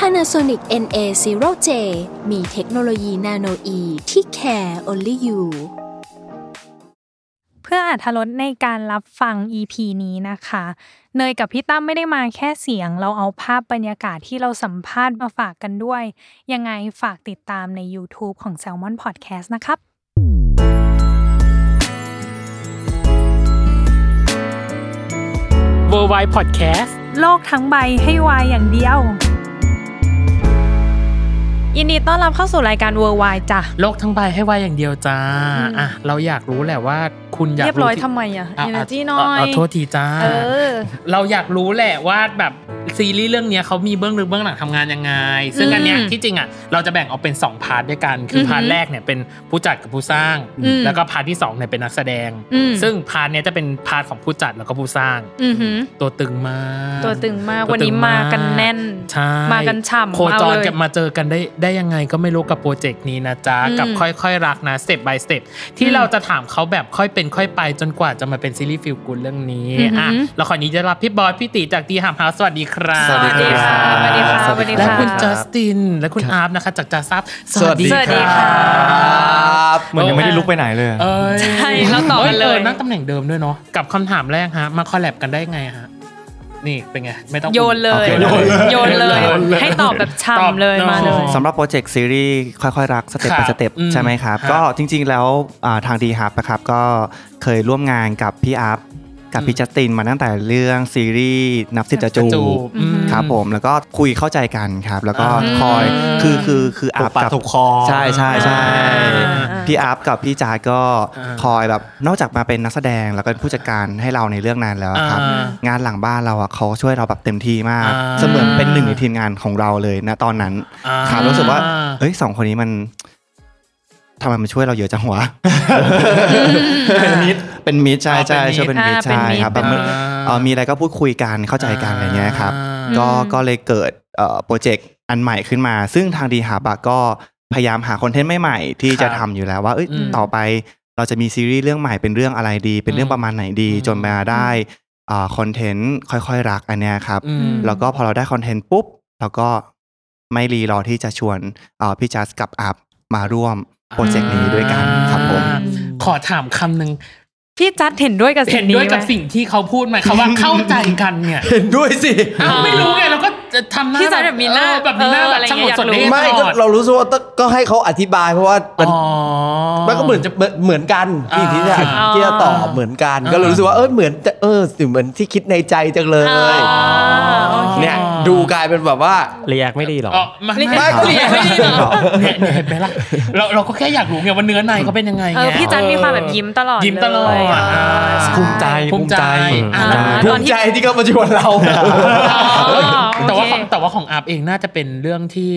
Panasonic NA0J มีเทคโนโลยีนาโนอีที่ care only you เพื่ออาธรสในการรับฟัง EP นี้นะคะ เนยกับพี่ตั้มไม่ได้มาแค่เสียง เราเอาภาพบรรยากาศที่เราสัมภาษณ์มาฝากกันด้วย ยังไงฝากติดตามใน YouTube ของ Salmon Podcast นะครับ w o r l d w i d e Podcast โลกทั้งใบให้วายอย่างเดียว ยินดีต้อนรับเข้าสู่รายการ Worldwide จ้ะ โลกทั้งใบให้วายอย่างเดียวจ้าอ่ะเราอยากรู้แหละว่าคุณอยาก เรียบร้อย ที่ ทำไมอ่ะ ะ Energy ะ น้อย ะะโทษทีจ้า เออ เราอยากรู้แหละว่าแบบซีรีส์เรื่องเนี้ยเขามีเบื้องลึกเบื้องหลังทำงานยังไง ซึ่งอันเนี้ย อืม ที่จริงอ่ะเราจะแบ่งออกเป็น 2 พาร์ทด้วยกัน คืออ อหือ พาร์ทแรกเนี่ยเป็นผู้จัดกับผู้สร้าง อืม แล้วก็พาร์ทที่2เนี่ยเป็นนักแสดง อืม ซึ่งพาร์ทเนี้ยจะเป็นพาร์ทของผู้จัดแล้วก็ผู้สร้าง อือหือ ตัวตึงมาก ตัวตึงมาก ตั วันนี้มากันแน่น ใช่ มากันฉ่ำ โคจ เอา ร เลย จะมาเจอกันได้ได้ยังไงก็ไม่รู้กับโปรเจกต์นี้นะจ๊ะ อืม กับค่อยๆรักนะสเต็ป by สเต็ปที่ อืม เราจะถามเขาแบบค่อยเป็นค่อยไปจนกว่าจะมาเป็นซีรีส์ฟิลกูดเรื่องนี้ อือหืออ่ อ่ะแล้วขอนี้จะรับพี่บอสพี่ตีจากตีหามเฮาสวัสดีครับ สวัสดีครับ สวัสดีค่ะสวัสดีค่ะ และคุณ สวัสดีค่ะ จัสตินและคุณ คอารับร์ฟนะคะจากจัสซับ สวัสดี สวัสดีค่ะ ครับเหมือนยังไม่ได้ลุกไปไหนเลย เอ้ย ใช่เราต่อกันเลย ออนั่งตำแหน่งเดิมด้วยเนาะกับคำถามแรกฮะมาคอลแลบกันได้ไงฮะนี่เป็นไงไม่ต้อง โยนเลย โยนเลย โยนเลย โยนเลย ให้ตอบแบบ ตอบ ฉ่ำเลยมาเลย เนอะ สำหรับโปรเจกต์ซีรีส์ค่อยๆ รักสเต็ป ครับ สเต็ป อืม ใช่ไหมครับ ครับ ก็จริงๆแล้วอ่าทางดีฮับนะครับก็เคยร่วมงานกับพี่อัพกับ อื พี่ ม จัสตินมาตั้งแต่เรื่องซีรีส์นับสิบจะจู จู บบ อืม ครับผมแล้วก็คุยเข้าใจกันครับ แล้วก็ อ่า คอย อืม คือคือคือ ถู อั ก พ ปาก กับ ถูกคอ ใช่ใช่ใช่ อ่า พี่อัพกับพี่จาร์ดก็ อ่า คอยแบบนอกจากมาเป็นนักแสดงแล้วก็เป็นผู้จัดการให้เราในเรื่องนั้นแล้ว อ่า ครับ งานหลังบ้านเราอ่ะเขาช่วยเราแบบเต็มที่มาก อ่า เสมือนเป็นหนึ่งในทีมงานของเราเลยนะตอนนั้น อ่า ครับรู้สึกว่าเอ้ยสองคนนี้มันทำไมมันช่วยเราเยอะจังวะเป็นมิตรเป็นมิตรใช่ใช่ช่วยเป็นมิตร อ่าเป็น ใช่ มิตร ครับ เป็ แบ น บ มิ เมื่ ตรอเอ่อมีอะไรก็พูดคุยกันเข้าใจกันอะไรเงี้ยครับ อืม ก็ก็เลยเกิดเอ่อโปรเจกต์อันใหม่ขึ้นมา ซึ่งทางดีหาบะก็พยายามหาคอนเทนต์ใหม่ๆที่จะ ครั ทำ บ อยู่แล้วว่าเอ้ย อืม ต่อไปเราจะมีซีรีส์เรื่องใหม่เป็นเรื่องอะไรดี เป็นเรื่องประมาณไหนดี อืม จนมาได้อ่าคอนเทนต์ค่อยๆรักอันเนี้ยครับ อืม แล้วก็พอเราได้คอนเทนต์ปุ๊บเราก็ไม่รีรอที่จะชวนเอ่อพี่จัสกับอัพมาร่วมโปรเจกต์นี้ด้วยกันครับผม อ่า ขอถามคำหนึ่ง พี่จัดเห็นด้วยกับสิ่ เห็ ง น นี้ ด้วยกับ ไหม สิ่งที่เขาพูดไหมคำว่าเข้าใจกันเนี่ย เห็นด้วยสิ อ้าวไม่รู้ไงเราก็จะทำหน้า พี่จัดแบบมีหน้า เออแบบมีหน้า เออ แบ อะ บ ไร ส เงี้ยงบ อยาก สน รู้ เด้ ไม่ตก็ลอด เรารู้สึกว่าต้องก็ให้เขาอธิบายเพราะว่ามัน อ๋อ มันก็เหมือนจะเหมือนเหมือนกัน อ่า ที่ที่จะที่จะตอบเหมือนกัน อ่า ก็เลยรู้สึกว่าเออเหมือนจะเออสิเหมือนที่คิดในใจจังเลย อ่าโอเค เนี่ยดูกลายเป็นแบบว่า เรียกไม่ดีหรอก อ๋อไม่ เรียก ไม่ ไม่ ก็ เรียกไม่ดีเหรอ เนี่ยเนี่ยเห็นไหมล่ะเราเราก็แค่อยากรู้ไงว่าเนื้อในเขาเป็นยังไงไง เออพี่จัดมีความแบบยิ้มตลอด ยิ้มตลอด เย อ่า ใช่ ภูมิใจ ภูมิใจ อ่า อ่า ภู ตอน มิ ที่ ใจที่เขามาชวนเรา อ๋อโอ แต่ว่า เค ของแต่ว่าของอาบเองน่าจะเป็นเรื่องที่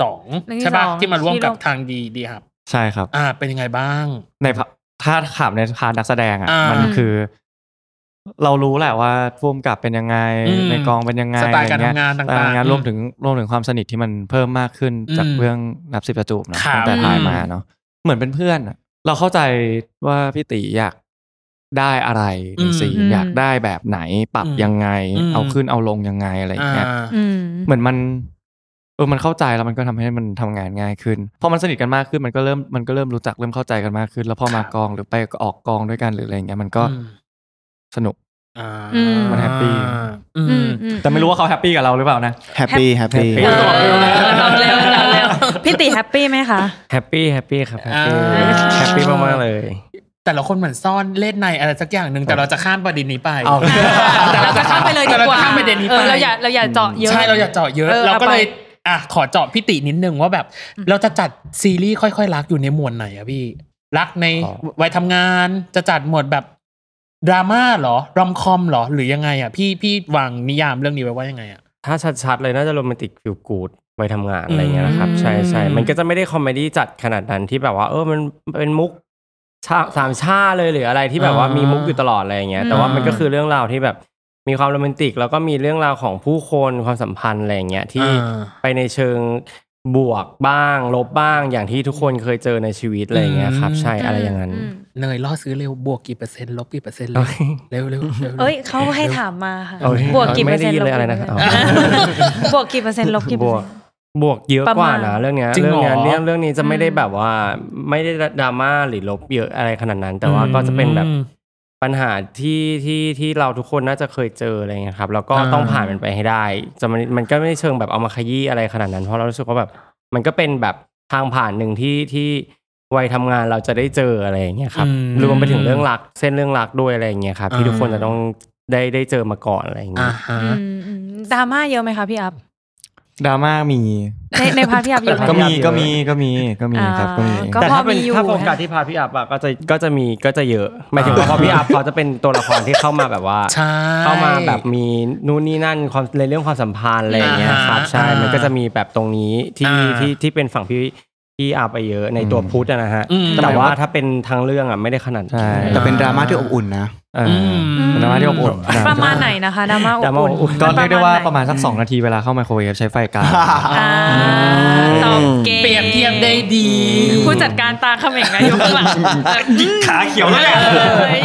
สอง เรื่องที่ ใช่สปะอง ที่มาร่วม ที่ กัร่บวม ทางดีดีครับ ใช่ครับ อ่า เป็นยังไงบ้าง ในพาถ้าถามในพาร์ทนักแสดงอ่ะ อ่ามั มันคือ เรารู้แหละว่าร่วมกับเป็นยังไง อืม ในกองเป็นยังไง สไตล์การ อะเย ทำงานต่างๆ สไตล์งาน อืม รวมถึงรวมถึงความสนิทที่มันเพิ่มมากขึ้นจาก อืม เรื่องนับสิบประจูบเนอะ ครับ ตั้งแต่ถ่ายมาเนาะเหมือนเป็นเพื่อนอะเราเข้าใจว่าพี่ตีอยากได้อะไรในซีน อืม อยากได้แบบไหนปรับ อืม ยังไง อืม เอาขึ้นเอาลงยังไงอะไรอย่างเงี้ย อ่า อืม เหมือนมันเออมันเข้าใจแล้วมันก็ทำให้มันทำงานง่ายขึ้นพอมันสนิทกันมากขึ้นมันก็เริ่มมันก็เริ่มรู้จักเริ่มเข้าใจกันมากขึ้น แล้วพอมา ครับ กองหรือไปออกกองด้วยกันหรืออะไรอย่างเงี้ยมันก็ อืม สนุก อ่า อืม มันแฮปปี้ อื อื ม มอื แต่ไม่รู้ว่าเขาแฮปปี้กับเราหรือเปล่านะ แฮปปี้แฮปปี้ happy เออ ตอบเร็วนะ ตอบเร็วตอบเร็วพี่ติแฮปปี้ไหมคะ แฮปปี้แฮปปี้ครับแฮปปี้ อ่า แฮปปี้มากๆเลย แต่ละคนเหมือนซ่อนเล่นในอะไรสักอย่างหนึ่งแต่เราจะข้ามประเด็นนี้ไป เอา แต่ เราจะข้ามไปเลยดีกแต่เรา ว่า จะข้ามประเด็นนี้ เอ ไป อเราอย่าเราอย่าเจาะเยอะ ใช่เราอยากเจาะเยอะ เออ เราก็ เอาไป เลยอ่ะขอเจาะพี่ตินิดนึงว่าแบบ เราจะจัดซีรีส์ค่อยๆรักอยู่ในหมวดไหนอะพี่ รักใน อ๋อ วัยทำงานจะจัดหมวดแบบดราม่าเหรอรอมคอมเหรอหรือยังไงอะพี่พี่วางนิยามเรื่องนี้ไว้ว่ายังไงอะ ถ้าชัดๆเลยน่าจะโรแมนติกฟิลกูด ไปทำงานอะไรเงี้ยนะครับ อืม ใช่ใช่มันก็จะไม่ได้คอมเมดี้จัดขนาดนั้นที่แบบว่า เออมันเป็นมุกชาสามชาเลยหรืออะไรที่แบบว่า อ่ามี มีมุกอยู่ตลอดอะไรอย่างเงี้ย แต่ว่า อืม มันก็คือเรื่องราวที่แบบมีความโรแมนติก แล้วก็มีเรื่องราวของผู้คนความสัมพันธ์อะไรอย่างเงี้ยที่ อ่า ไปในเชิงบวกบ้าง ลบบ้างอย่างที่ทุกคนเคยเจอในชีวิตอะไรอย่างเงี้ยครับ อืม ใช่อะไรอย่างนั้น ม เนยล่อซื้อเร็วบวกกี่เปอร์เซ็นต์ลบกี่เปอร์เซ็นต์ โอเค เร็วเร็วร็วร็ว เอ้ยเขาให้ถามมาค่ะ โอเค บวกกี่เปอร์เซ็นต์ ไม่ได้ยินเลยอะไรนะ บ เอา บวกกี่เปอร์เซ็นต์ลบกี่เป บ อร์ ว เซ็ ก นต์ บวกเยอะ ประ กว่า มาณ นะเรื่องเนี้ย จริง เรื่องเนี้ย เหรอ เรื่องเรื่องนี้จะไม่ได้แบบว่าไม่ได้ดราม่าหรือลบเยอะอะไรขนาดนั้น แต่ว่าก็จะเป็นแบบ อืม ปัญหาที่ที่ที่เราทุกคนน่าจะเคยเจออะไรเงี้ยครับแล้วก็ อ่า ต้องผ่านมันไปให้ได้จะมันมันก็ไม่ได้เชิงแบบเอามาขยี้อะไรขนาดนั้น เพราะเรารู้สึกว่าแบบมันก็เป็นแบบทางผ่านหนึ่งที่ที่วัยทำงานเราจะได้เจออะไรอย่างเงี้ยครับ อื รวมไปถึงเรื่องรักเส้นเรื่องรักด้วยอะไรอย่างเงี้ยครับที่ทุกคนจะต้องได้ได้เจอมาก่อนอะไรอย่างเงี้ อ่าย ฮะ อืมอืมดราม่าเยอะไหมคะพี่อัพ ดราม่ามี ในในพาร์ทพี่อัพเยอะไหม ก็มีก็มีก็มีก็มีครับก็มี อ่า แต่ถ้าเป็พนอมีอยู่ ถ้าโฟกัสที่พาพี่อัพอะก็จะก็จะมีก็จะเยอะหมายถึงว่าพอพี่อัพเขาจะเป็นตัวละครที่เข้ามาแบบว่า ใช่ เข้ามาแบบมีนู่นนี่นั่นความในเรื่องความสัมพันธ์อะไรอย่างเงี้ยครับ อ่า ใช่ มันก็จะมีแบบตรงนี้ที่ อ่า ที่ที่เป็นฝั่งพี่พี่อัพไปเยอะในตัวพุทธอะนะฮะ อืม แต่ว่าถ้าเป็นทางเรื่องอะไม่ได้ขนาดนั้น ใช่ แต่เป็นดราม่าที่อบอุ่นนะ เอออ ม เป็นดราม่าที่อบอุ่นน ประมาณไหนนะคะดราม่า แต่ อบ ว่า อุ่น ก็เรียกได้ว่า ไหน ประมาณสักสองนาทีเวลาเข้าไมโครเวฟใช้ไฟกลาง อ่าตอบเกม เปรียบเทียบได้ดี ผู้จัดการตาเขม่งนะอยู่ข้างหลังยิงขาเขียวแล้วเนี่ย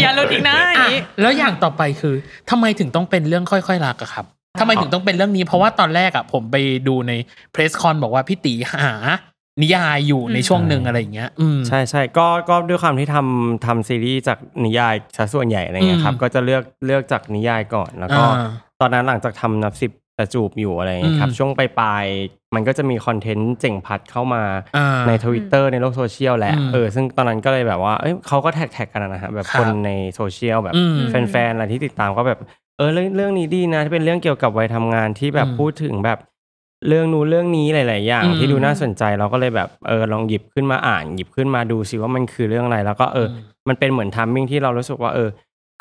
อย่าหลุดอีกนะอันนี้ แล้วอย่างต่อไปคือทำไมถึงต้องเป็นเรื่องค่อยๆรักอะครับทำไมถึงต้องเป็นเรื่องนี้ เพราะว่าตอนแรกอะผมไปดูในเพรสคอนบอกว่าพี่ตีหา นิยายอยู่ในช่วงหนึ่งอะไรอย่างเงี้ย อืม ใช่ใช่ก็ก็ด้วยความที่ทำทำซีรีส์จากนิยายซะส่วนใหญ่อะไรเงี้ยครับ อืม ก็จะเลือกเลือกจากนิยายก่อนแล้วก็ อ่า ตอนนั้นหลังจากทำนับสิบตะจูบอยู่อะไรอย่างเงี้ยครับ อืม ช่วงปลายๆมันก็จะมีคอนเทนต์เจ๋งพัดเข้ามา อ่า ในทวิตเตอร์ในโลกโซเชียลแหละ อืม เออซึ่งตอนนั้นก็เลยแบบว่าเอ้ยเขาก็แท็กแท็กกันนะฮะแบบ ครับ คนในโซเชียลแบบ อืม แฟนๆอะไรที่ติดตามก็แบบเออเรื่องเรื่องนี้ดีนะที่เป็นเรื่องเกี่ยวกับวัยทำงานที่แบบ อืม พูดถึงแบบเรื่องนู้นเรื่องนี้หลาย ๆ อย่าง อืม ที่ดูน่าสนใจเราก็เลยแบบเออลองหยิบขึ้นมาอ่านหยิบขึ้นมาดูสิว่ามันคือเรื่องอะไรแล้วก็เอออ ม มันเป็นเหมือนทัมมิ่งที่เรารู้สึกว่าเออ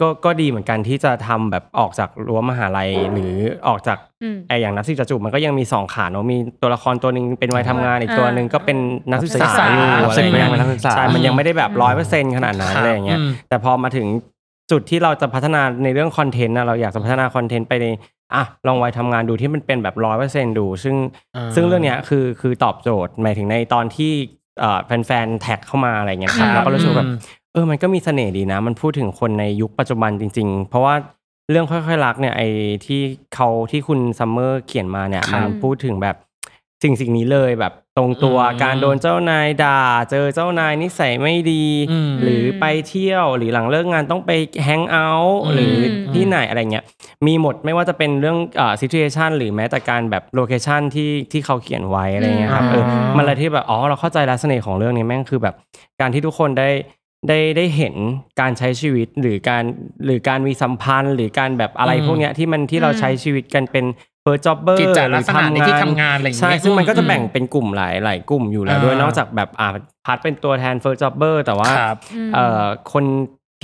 ก็ก็ดีเหมือนกันที่จะทำแบบออกจากรั้วมหาลัยหรือออกจาก อืม ไออย่างนักศึกษาจูบมันก็ยังมีสองขาเนอะมีตัวละครตัวหนึ่งเป็นวัยทำงานอีกตัวหนึ่งก็เป็นนักศึกษาอยู่อะไรอย่างเงี้ย เป็นนักศึกษา ใช่มันยังไม่ได้แบบร้อยเปอร์เซ็นต์ขนาดนั้นอะไรอย่างเงี้ย อืม แต่พอมาถึงจุดที่เราจะพัฒนาในเรื่องคอนเทนต์นะเราอยากจะพัฒนาคอนเทนต์ไปในอ่ะลองวัยทำงานดูที่มันเป็นแบบร้อยเปอร์เซ็นต์ดู ซึ่ง ซึ่งเรื่องเนี้ยคือคือตอบโจทย์หมายถึงในตอนที่เอ่อแฟนๆแท็กเข้ามาอะไรอย่างเงี้ยครับ ครับ เราก็รู้สึกแบบ อืม เออมันก็มีเสน่ห์ดีนะ มันพูดถึงคนในยุคปัจจุบันจริง ๆ เพราะว่าเรื่องค่อยๆรักเนี่ยไอ้ที่เขาที่คุณซัมเมอร์เขียนมาเนี่ยมันพูดถึงแบบสิ่งสิ่งนี้เลยแบบตรงตัวการโดนเจ้านายด่า เจอเจ้านายนิสัยไม่ดี อืม หรือไปเที่ยวหรือหลังเลิกงานต้องไปแฮงเอาท์หรืออ ม ที่ไหนอะไรเงี้ย มีหมดไม่ว่าจะเป็นเรื่องอ่าซิทูเอชันหรือแม้แต่การแบบโลเคชันที่ที่เขาเขียนไว้อะไรเงี้ยครับเออ อืม มันอะไรที่แบบอ๋อเราเข้าใจลักษณะของเรื่องนี้แม่งคือแบบการที่ทุกคนได้ได้ได้เห็นการใช้ชีวิตหรือการหรือการมีสัมพันธ์ หรือการแบบอะไร อืม พวกเนี้ยที่มันที่เราใช้ชีวิตกันเป็นเฟิร์สจ็อบเบอร์ กิจจลักษณะในที่ทำงานอะไรอย่าง ใช่ เงี้ย ซึ่งมันก็จะแบ่งเป็นกลุ่มหลายหลายกลุ่มอยู่แล้วด้วย อ่าน น อกจากแบบอ่าพัดเป็นตัวแทนเฟิร์สจ็อบเบอร์แต่ว่า ครับ เอ่อคน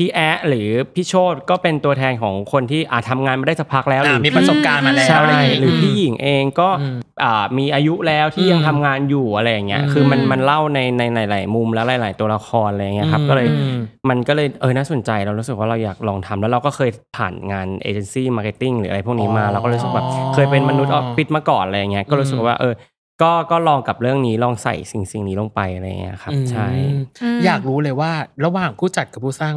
พี่แอะหรือพี่โชตก็เป็นตัวแทนของคนที่อาทำงานมาได้สักพักแล้วห อ่า รือ มีประสบการณ์มาแล้ว ใช่ อะไรอย่างเงี้ย หรือพี่หญิงเองก็ อืม อ่ามีอายุแล้วที่ อืม ยังทำงานอยู่อะไรอย่างเงี้ย อืม คือมันมันเล่าในในหลาย ๆ มุมและหลาย ๆ ตัวละครอะไรอย่างเงี้ยครับ อืม ก็เลย อืม มันก็เลยเออน่าสนใจเรารู้สึกว่าเราอยากลองทำแล้วเราก็เคยผ่านงานเอเจนซี่มาร์เก็ตติ้งหรืออะไรพวกนี้มาเราก็รู้สึกแบบเคยเป็นมนุษย์ออฟฟิศมาก่อนอะไรอย่างเงี้ยก็รู้สึกว่าเออก็ก็ลองกับเรื่องนี้ลองใส่สิ่งสิ่งนี้ลงไปอะไรอย่างเงี้ยครับใช่ อืมอยากรู้เลยว่าระหว่างผู้จัดกับผู้สร้าง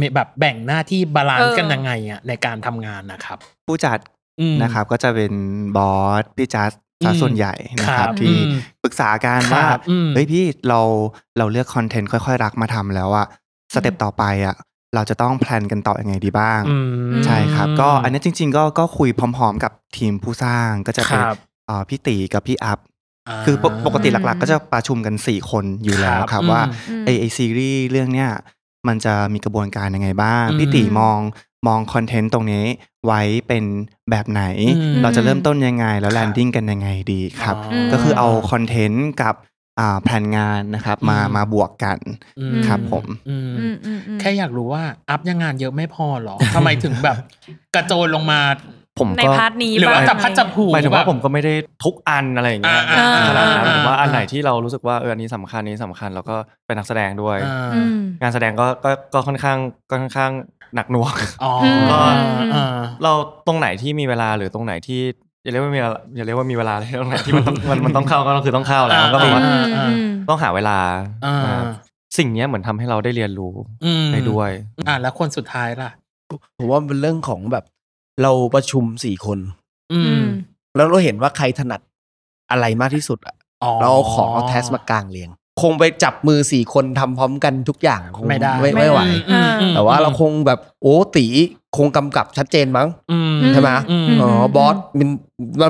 มีแบบแบ่งหน้าที่บาลานซ์กันยังไงอะในการทำงานนะครับ ผู้จัด อืม นะครับก็จะเป็นบอสพี่จัสซะส่วนใหญ่นะครับ ครับ ที่ อืม ปรึกษากันว่า ครับอืม เฮ้ยพี่เราเราเลือกคอนเทนต์ค่อยๆ รักมาทำแล้วอะสเต็ปต่อไปอะเราจะต้องแพลนกันต่อยังไงดีบ้าง อืม ใช่ครับ ก็อันนี้จริง ๆ ก็ก็คุยพร้อม ๆ กับทีมผู้สร้างก็จะเป็น ครับ เอ่อพี่ตีกับพี่อัพ อ่า คือปกปกติหลัก ๆ ก็จะประชุมกัน 4 คนอยู่แล้ว ครับ ครับ อืม ว่า อืม ไอไอซีรีส์เรื่องเนี้ยมันจะมีกระบวนการยังไงบ้าง อืม พี่ตีมองมองคอนเทนต์ตรงนี้ไว้เป็นแบบไหน อืม เราจะเริ่มต้นยังไง แล้ควรับ แลนดิ้งกันยังไงดีครับ อ๋ ก็คือเอาคอนเทนต์กับอ่าแผนงานนะครับมา อืม มาบวกกัน อื ครับผม อืม อืมอืมอืม แค่อยากรู้ว่า อัพยังงานเยอะไม่พอเหรอ ทำไมถึงแบบ กระโจนลงมา ผม ใน ก็ พาร์ทนี้ หรือว่า บ้ง จับพัดจับผู หมายถึงว่า แบบ ผมก็ไม่ได้ทุกอันอะไรอย่างเงี้ย อ่า ขนาดนั้น อ่า ผมว่าอันไหนที่เรารู้สึกว่าเอออันนี้สำคัญอันนี้สำคัญแล้วก็เป็นนักแสดงด้วย อ่า อืม งานแสดงก็ก็ก็ค่อนข้างก็ค่อนข้างหนักหน่วง อ๋อ ก็ อ่า เราตรงไหนที่มีเวลาหรือตรงไหนที่อย่าเรียกว่ามีเวลาอย่าเรียกว่ามีเวลาเลย ตรงไหนที่มันต้องมันมันต้องเข้าก็คือต้องเข้าแล้วก็แบบว่า อ่า ต้องหาเวลา อ่า อ่าสิ่งเนี้ยเหมือนทำให้เราได้เรียนรู้ อืม ไปด้วย อ่าแล้วคนสุดท้ายล่ะ ผมว่ามันเป็นเรื่องของแบบ เราประชุมสี่คน อื อื ม ม แล้วเราเห็นว่าใครถนัดอะไรมากที่สุดอะเราเอาของเอาแทสมากลางเรียง คงไปจับมือสี่คนทำพร้อมกันทุกอย่างคง ไม่ได้ ไม่ไม่ไหว อืมอืม แต่ว่าเราคงแบบโอ้ตีคงกำกับชัดเจนมั้ง อืม ใช่ไหม อืม อ๋อบอสมัน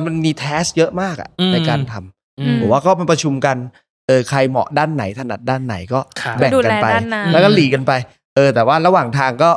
มันมีแทสเยอะมากอะ อืม ในการทำ อืม ผมว่าก็มาประชุมกันเออใครเหมาะด้านไหนถนัดด้านไหนก็ ครับ แบ่ง ดู กั แล นไป ด้านนั้น แล้วก็หลีกกันไป เออ แต่ว่าระหว่างทางก็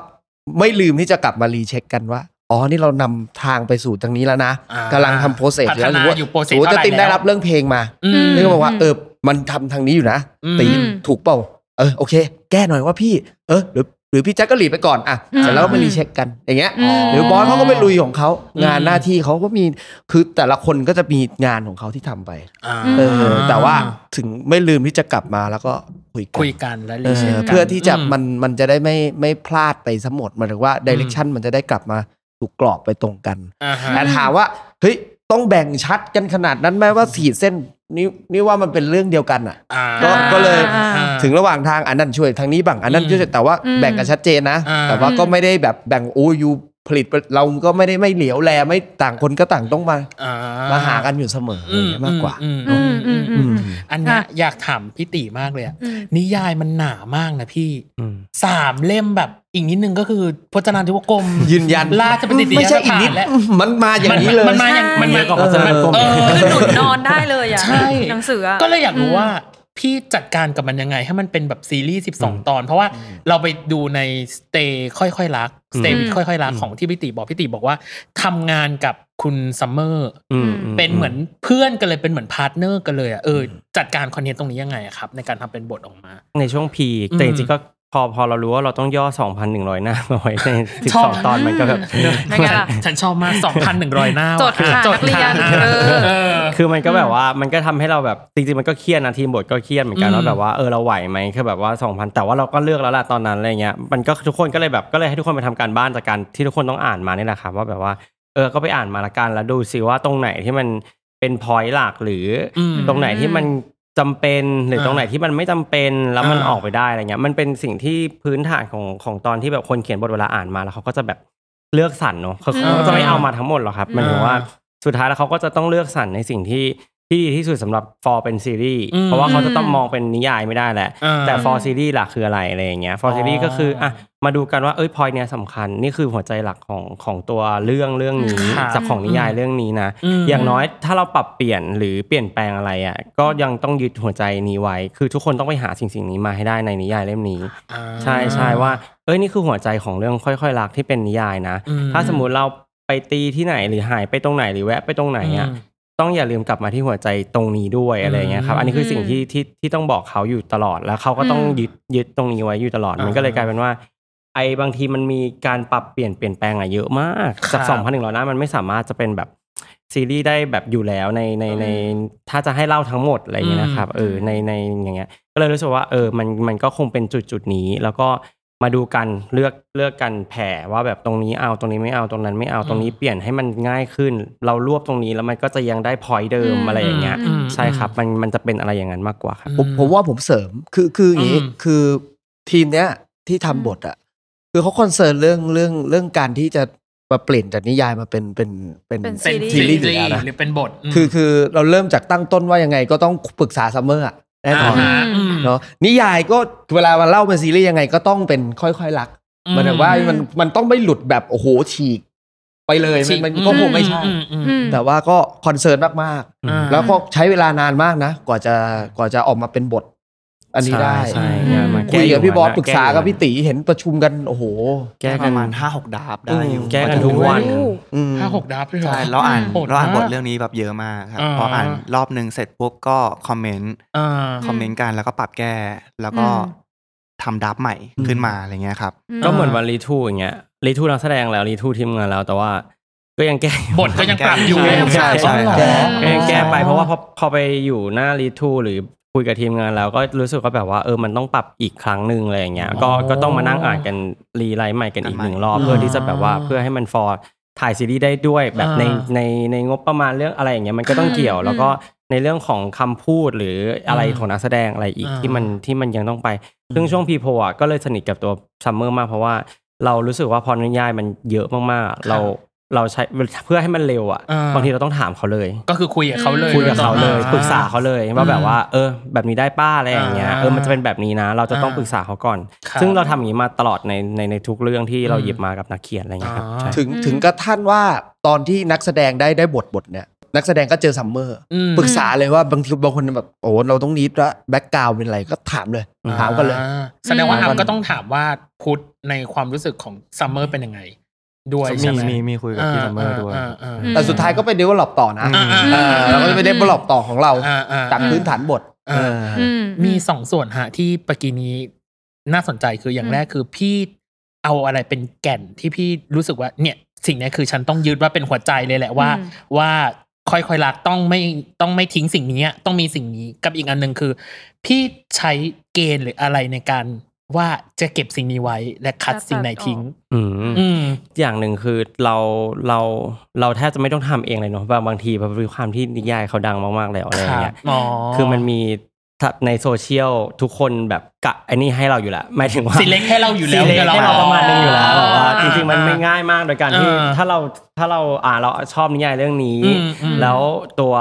ไม่ลืมที่จะกลับมารีเช็คกันว่า อ๋อนี่เรานำทางไปสู่ตรงนี้แล้วนะ อ่าก ำลังทำโปรเซส พัฒนาอยู่ process สมมติจะติมได้ เท่าไหร่แล้ว รับเรื่องเพลงมา อืม นี่ก็บอกว่าเออมันทำทางนี้อยู่นะ อืม ตี อืม ถูกเปล่าเออโอเค แก้หน่อยว่าพี่ เออหรือหรือพี่แจ็คก็หลีดไปก่อนอ่ะเสร็จแล้วก็มารีเช็คกันอย่างเงี้ย ม หรือบอสเขาก็ไปลุยของเขา อืม งานหน้าที่เขาก็มีคือแต่ละคนก็จะมีงานของเขาที่ทำไป อ่า เอออแต่ว่าถึงไม่ลืมที่จะกลับมาแล้วก็คุยกัน คุยกันและ เอ รี อ เช็คกัน เพื่อที่จะ ม มันมันจะได้ไม่ไม่พลาดไปทั้งหมดหมายถึงว่าดิเรกชันมันจะได้กลับมาถูกกรอบไปตรงกัน อ่าฮะ แต่ถามว่าเฮ้ยต้องแบ่งชัดกันขนาดนั้นไหมว่าสีดเส้นนี่นี่ว่ามันเป็นเรื่องเดียวกันอ่ะ อ่า ก็ก็เลย อ่า ถึงระหว่างทางอันนั้นช่วยทางนี้บ้างอันนั้น อืม ช่วยแต่ว่า อืม แบ่งกันชัดเจนนะ อ่า แต่ว่าก็ไม่ได้แบบแบ่งโอ้ยอยู่ผลิตเราก็ไม่ได้ไม่เหลียวแลไม่ต่างคนก็ต่างต้องมา อ่ มาหากันอยู่เสมออ อื ย่างเงี้ยมากกว่า อืม อื อื ม ม อื อื มอืมอื ม มอันเนี้ย อ่ะ อยากถามพี่ตีมากเลยอะ อืม นิยายมันหนามากนะพี่ อืม สามเล่มแบบอีกนิดนึงก็คือพจนานุวกรม ยืนยัน ราชบัณฑิตย ไม่ใช่อีกนิด สถาและ มันมาอย่างนี้เลย มันมาอย่าง ใช่ มันเยอะกว่าพัฒนากรม เอ อีก อ คือหนุนนอนได้เลยอ่ะ ใช่ หนังสืออะ ก็เลยอยากรู้ว่าพี่จัดการกับมันยังไง ให้มันเป็นแบบซีรีส์ 12 ตอน เพราะว่าเราไปดูในสเตย์ค่อยๆรักสเตย์ค่อยๆรักของที่พี่ติบอกพี่ติบอกว่าทำงานกับคุณซัมเมอร์ อืมอืม เป็นเหมือนเพื่อนกันเลยเป็นเหมือนพาร์ทเนอร์กันเลยอ่ะเออจัดการคอนเทนต์ตรงนี้ยังไงอะครับ ในการทำเป็นบทออกมา ในช่วงพีคแต่ อืมจริงๆก็พอพอเรารู้ว่าเราต้องย่อ 2,100 หน้ามาไว้ใน ชอบ 12 ตอนมันก็แบบ นั่นไงล่ะ ฉันชอบมาก 2,100 หน้าว่ะ จดค่ะ อ่ะจด นักเรียน ค่ะ เออ เออ คือมันก็แบบว่ามันก็ทำให้เราแบบจริงๆมันก็เครียดนะทีมบทก็เครียดเหมือนกัน อืม ว่าแบบว่าเออเราไหวไหมคือแบบว่า 2,000 แต่ว่าเราก็เลือกแล้วล่ะตอนนั้นอะไรเงี้ยมันก็ทุกคนก็เลยแบบก็เลยให้ทุกคนไปทำการบ้านจากการที่ทุกคนต้องอ่านมานี่แหละครับว่าแบบว่าเออก็ไปอ่านมาละกันแล้วดูสิว่าตรงไหนที่มันเป็นพอยต์หลักหรืออ ม ตรงไหนที่มันจำเป็นหรือตรงไหนที่มันไม่จำเป็นแล้วมัน อ่า ออกไปได้อะไรเงี้ยมันเป็นสิ่งที่พื้นฐานของของตอนที่แบบคนเขียนบทเวลาอ่านมาแล้วเขาก็จะแบบเลือกสรรเนาะเขาเขาก็จะไม่เอามาทั้งหมดหรอกครับ มันถือว่า สุดท้ายแล้วเขาก็จะต้องเลือกสรรในสิ่งที่ที่ดีที่สุดสำหรับฟอร์เป็นซีรีส์ อืม เพราะว่าเขาจะต้องมองเป็นนิยายไม่ได้แหละ อ่า แต่ฟอร์ซีรีส์หลักคืออะไรอะไรอย่างเงี้ยฟอร์ซีรีส์ก็คืออ่ะมาดูกันว่าเอ้ยพอยเนี้ยสำคัญนี่คือหัวใจหลักของของตัวเรื่องเรื่องนี้ ครับ จากของนิยายเรื่องนี้นะ อืม อย่างน้อยถ้าเราปรับเปลี่ยนหรือเปลี่ยนแปลงอะไรอ่ะก็ยังต้องยึดหัวใจนี้ไว้ คือทุกคนต้องไปหาสิ่งสิ่งนี้มาให้ได้ในนิยายเล่มนี้ อ่า ใช่ใช่ว่าเอ้ยนี่คือหัวใจของเรื่องค่อยๆรักที่เป็นนิยายนะ อืม ถ้าสมมติเราไปตีที่ไหนหรือหายไปตรงไหนหรือแวะไปตรงไหนอ่ะ อืม ต้องอย่าลืมกลับมาที่หัวใจตรงนี้ด้วยอะไรอย่างเงี้ยครับ อืม อันนี้คือสิ่งที่ที่ที่ต้องบอกเขาอยู่ตลอดแล้วเขาก็ต้อง อืม ยึดยึดตรงนี้ไว้อยู่ตลอด มันก็เลยกลายเป็นว่า ไอ้บางทีมันมีการปรับเปลี่ยนเปลี่ยนแปลงอะเยอะมากจาคกรับ สองพันหนึ่งร้อยหน้ามันไม่สามารถจะเป็นแบบซีรีส์ได้แบบอยู่แล้วในในในถ้าจะให้เล่าทั้งหมดอะไรอย่างเงี้ยนะครับเออในในอย่างเงี้ย ก็เลยรู้สึกว่าเออ มันมันก็คงเป็นจุดจุดๆนี้ แล้วก็มาดูกันเลือกเลือกกันแผ่ว่าแบบตรงนี้เอาตรงนี้ไม่เอาตรงนั้นไม่เอาตรงนี้เปลี่ยนให้มันง่ายขึ้น เรารวบตรงนี้แล้วมันก็จะยังได้พอยต์เดิม อืม อะไรอย่างเงี้ย อืม ใช่ครับมันมันจะเป็นอะไรอย่างนั้นมากกว่าครับ ผมผมว่าผมเสริมคือคืออย่างนี้ อืม คือทีมเนี้ยที่ทำบทอ่ะคือเขาคอนเซิร์นเรื่องเรื่องเรื่องการที่จะมาเปลี่ยนจากนิยายมาเป็นเป็นเป็น เป็น เป็น ซี ซี รี รี ส์ ส์ อยู่แล้วนะ หรือเป็นบทม คือคือเราเริ่มจากตั้งต้นว่ายังไงก็ต้องปรึกษาซัมเมอร์อะแน่นอ าน ฮะอืม เนาะนิยายก็เวลามาเล่าเป็นซีรีส์ยังไงก็ต้องเป็นค่อยๆรัก อืม หมันแบบว่ามันมันต้องไม่หลุดแบบโอ้โหฉีก ไปเลยมันมันก็คงไม่ใช่ อือืม อืม แต่ว่าก็คอนเซิร์นมาก อ่า ๆ แล้วก็ใช้เวลานานมากนะ กว่าจะกว่าจะออกมาเป็นบท อันนี้ได้ ใช่ อืม ใช่มา คุ แก้ ยกับพี่บอส ยู่ ปรึกษากับพี่ตีเห็นประชุมกัน โอ้โห แก้ ป กัน ระมาณห้าหกดาบได้อยู่ แก้กันทุกวัน โอ้ อืม ห้าหกดับเลยเหรอ ใช่เราอ่าน โหด เราอ่านบท มก เรื่องนี้แบบเยอะมากครับ อ่า พออ่านรอบหนึ่งเสร็จปุ๊บก็คอมเมนต์ อ่า คอมเมนต์กันแล้วก็ปรับแก้ แล้วก็ อืม ทำดับใหม่ขึ้นมาอะไรเงี้ยครับ ก็เหมือนวันรีทูอย่างเงี้ยรีทูนักแสดงแล้วรีทูทีมงานแล้วแต่ว่า ก็ยังแก้อยู่ บทก็ยังปรับอยู่ ใช่ใช่ครับ ก็ยังแก้ไปเพราะว่าพอพอไปอยู่หน้ารีทูหรือคุยกับทีมงานแล้วก็รู้สึกว่าแบบว่าเออมันต้องปรับอีกครั้งหนึ่งอะไรอย่างเงี้ยก็ อ๋อ ก็ต้องมานั่งอ่านกันรีไลท์ใหม่กันอีกหนึ่งรอบเพื่อที่จะแบบว่าเพื่อให้มันฟอร์ถ่ายซีรีส์ได้ด้วยแบบใน อ่า ในในงบประมาณเรื่องอะไรอย่างเงี้ยมันก็ต้องเกี่ยว อืม แล้วก็ในเรื่องของคำพูดหรืออะไรของนักแสดงอะไรอีก อ่า ที่มันที่มันยังต้องไป ซึ่งช่วงพีโพอ่ะก็เลยสนิทกับตัวซัมเมอร์มากเพราะว่าเรารู้สึกว่าพอนิยายมันเยอะมากๆ เราเราใช้เพื่อให้มันเร็วอ่ะ อ่า บางทีเราต้องถามเขาเลย ก็คือคุยกับเขาเลย คุยกับเขาเลย โดตรง ปรึกษาเขาเลยว่าแบบว่า เออ แบบนี้ได้ป้าอะไรอย่างเงี้ย อ่า เออมันจะเป็นแบบนี้นะ เราจะต้อง อ่า ปรึกษาเขาก่อน ครับ ซึ่งเราทำอย่างนี้มาตลอดในในในทุกเรื่องที่เรา อืม หยิบมากับนักเขียนอะไรเงี้ยครับ อ๋อ ใช่ ถึง อืม ถึงกระทั่งว่าตอนที่นักแสดงได้ได้บทบทเนี่ยนักแสดงก็เจอซัมเมอร์ อืม ปรึกษาเลยว่าบางทีบางคนแบบโอ้เราต้องนิดละแบ็กกราวเป็นอะไรก็ถามเลย ถามกันเลย อ่แสดงว่า อืม อัมก็ต้องถามว่าพุทธในความรู้สึกของซัมเมอร์เป็นยังไง ด้วย มี ใช่ไหม มีมีคุยกับพี่ซัมเมอร์ด้วย าอ่า อืม แต่สุดท้ายก็ไปเดเวลลอปต่อนะ อ่าอ่า เออเราก็ไปเดเวลลอปต่อของเรา อ่าอ่า จากพื้นฐานบท อ่า เอออ อืม มีสองส่วนฮะที่ปะกี้นี้น่าสนใจคืออย่าง อืม แรกคือพี่เอาอะไรเป็นแก่นที่พี่รู้สึกว่าเนี่ยสิ่งเนี้ยคือฉันต้องยึดว่าเป็นหัวใจเลยแหละว่า ว่าค่อยๆรักต้องไม่ต้องไม่ทิ้งสิ่งนี้อะต้องมีสิ่งนี้กับอีกอันหนึ่งคือ พี่ใช้เกณฑ์หรืออะไรในการว่าจะเก็บสิ่งนี้ไว้และคัดสิ่งไหนทิ้ง อืม อืม อย่างหนึ่งคือเราเราเราแทบจะไม่ต้องทำเองเลยเนาะบางบางทีแบบด้วยความที่นิยายเขาดังมากๆแล้วอะไรอย่างเงี้ย ครับอ๋อ คือมันมีถ้าในโซเชียลทุกคนแบบกะไอ้นี่ให้เราอยู่แล้วหมายถึงว่า select ให้เราอยู่แล้ว เล็ก เดี๋ยวเรา ให้เราประมาณนึงอยู่แล้วแบบว่า อ่า จริงๆมันไม่ง่ายมากโดยการที่ อ่า ถ้าเราถ้าเราอ่าเราชอบนิยายเรื่องนี้ อืมอืม แล้วตัว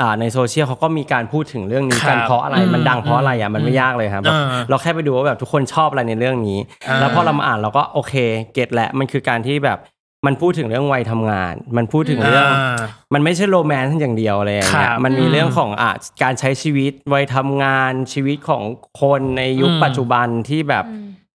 อ่าในโซเชียลเขาก็มีการพูดถึงเรื่องนี้กัน ครับ เพราะอะไร อืม มันดังเพราะอะไรอ่ะมันไม่ อืม ยากเลยครับแบบ อ่า เราแค่ไปดูว่าแบบทุกคนชอบอะไรในเรื่องนี้ อ่า แล้วพอเรามาอ่านเราก็โอเคเก็ตแหละมันคือการที่แบบมันพูดถึงเรื่องวัยทำงาน มันพูดถึงเรื่อง อ่า มันไม่ใช่โรแมนต์อย่างเดียวอะไรอย่างเงี้ย ครับ มันมี อืม เรื่องของอ่ะการใช้ชีวิตวัยทำงานชีวิตของคนในยุค อืม ปัจจุบันที่แบบ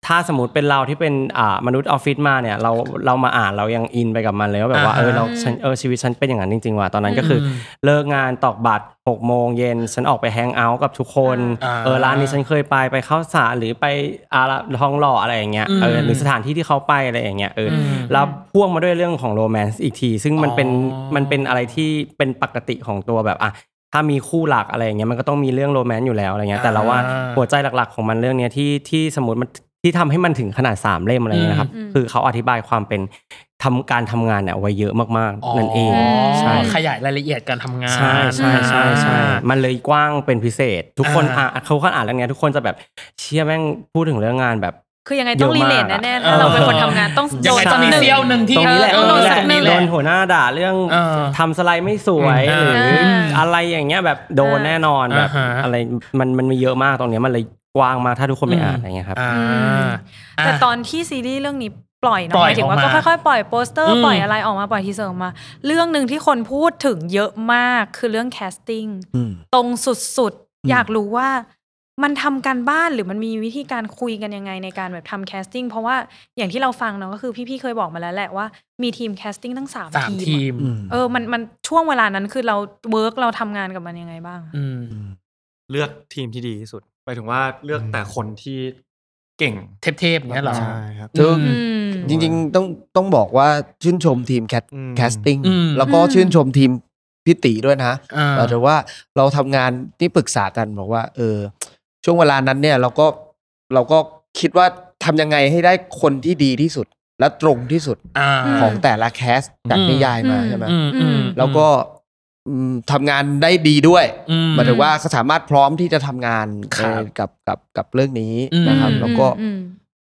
ถ้าสมมติเป็นเราที่เป็นอ่ามนุษย์ออฟฟิศมาเนี่ยเราเรามาอ่านเรายังอินไปกับมันเลยว่าแบบว่า อ่า เออเราฉันเออชีวิตฉันเป็นอย่างนั้นจริงๆว่ะตอนนั้นก็คืออ ม เลิกงานตอกบัตรหกโมงเย็นฉันออกไปแฮงเอาท์กับทุกคน อ่า เออร้านนี้ฉันเคยไปไปเข้าสารหรือไปอาระทองหล่ออะไรอย่างเงี้ยเออ อืม หรือสถานที่ที่เขาไปอะไรอย่างเงี้ยเอออ อืม แล้วพ่วงมาด้วยเรื่องของโรแมนต์อีกที ซึ่งมันเป็น อ๋อ มันเป็นอะไรที่เป็นปกติของตัวแบบอ่ะถ้ามีคู่หลักอะไรอย่างเงี้ยมันก็ต้องมีเรื่องโรแมนต์อยู่แล้วอะไรเงี้ยแต่เราว่า อ่า หัวใจหลักๆของมันเรื่องเนี้ยที่ที่สมมติมันที่ทำให้มันถึงขนาดสามเล่มอะไรเงี้ยนะครับ อืม คือเขาอธิบายความเป็นทำการทำงานเนี่ยเอาไว้เยอะมากๆนั่นเองใช่ ขยายรายละเอียดการทำงาน ใช่ใช่ใช่ใช่มันเลยกว้างเป็นพิเศษ ทุกคนอ่านเขาคนอ่านเรื่องเนี้ยทุกคนจะแบบเชี่ยแม่งพูดถึงเรื่องงานแบบ คือยังไงต้องรีเลทแน่ๆ เยอะมากอะ ถ้าเราเป็นคนทำงานต้อง ยั โด งไง น ต้ สั อก งมี หนึ่ง เซี่ยวหนึ่งที่ ตรงนี้แหละ เออ ตรงนี้โดนแหละสักนิด โดนหัวหน้าด่าเรื่อง เออ ทำสไลด์ไม่สวย อืม หรืออา อะไรอย่างเงี้ยแบบโดนแน่นอนแบอ่าบฮะ อะไรมันมันมีเยอะมากตรงเนี้ยมันเลยกว้างมากถ้าทุกคนไปอ่านอะไรเงี้ยครับ อ่า ม แต่ตอนที่ซีรีส์เรื่องนี้ปล่อยเนาะ ปล่ ห อย มายถึงว่า ออก ก็ มา ค่อยๆปล่อยโปสเตอ อื ร์ ม ปล่อยอะไรออกมาปล่อยทีเซอร์ออกมา เรื่องหนึ่งที่คนพูดถึงเยอะมากคือเรื่องแคสติ้ง อืม ตรงสุดๆ อยากรู้ว่ามันทำการบ้านหรือมันมีวิธีการคุยกันยังไงในการแบบทำแคสติ้งเพราะว่าอย่างที่เราฟังเนาะก็คือพี่ๆเคยบอกมาแล้วแหละว่ามีทีมแคสติ้งตั้งสาม สาม ทีม ที อะ ม เออมันมันช่วงเวลานั้นคือเราเวิร์กเราทำงานกับมันยังไงบ้างอะ อืม เลือกทีมที่ดีที่สุดหมายถึงว่าเลือกแต่คนที่เก่ง เทพๆอย่างเงี้ยเหรอ ใช่ครับ ซึ่ง อืม จริงๆต้องต้องบอกว่าชื่นชมทีมแคส อืม แคสติ้ง อืม แล้วก็ อืม ชื่นชมทีมพี่ตีด้วยนะ อ่า เราจะว่าเราทำงานนี่ปรึกษากันบอกว่า เออ ช่วงเวลานั้นเนี่ยเราก็เราก็คิดว่าทำยังไงให้ได้คนที่ดีที่สุด และตรงที่สุดของแต่ละแคสจาก อืม นิยายมา อืม ใช่ไหม อืมอืม แล้วก็อืมทำงานได้ดีด้วย อืม หมายถึงว่าเขาสามารถพร้อมที่จะทำงาน ครับ เอ่อกับกับกับเรื่องนี้ อืม นะครับ แล้วก็ อืม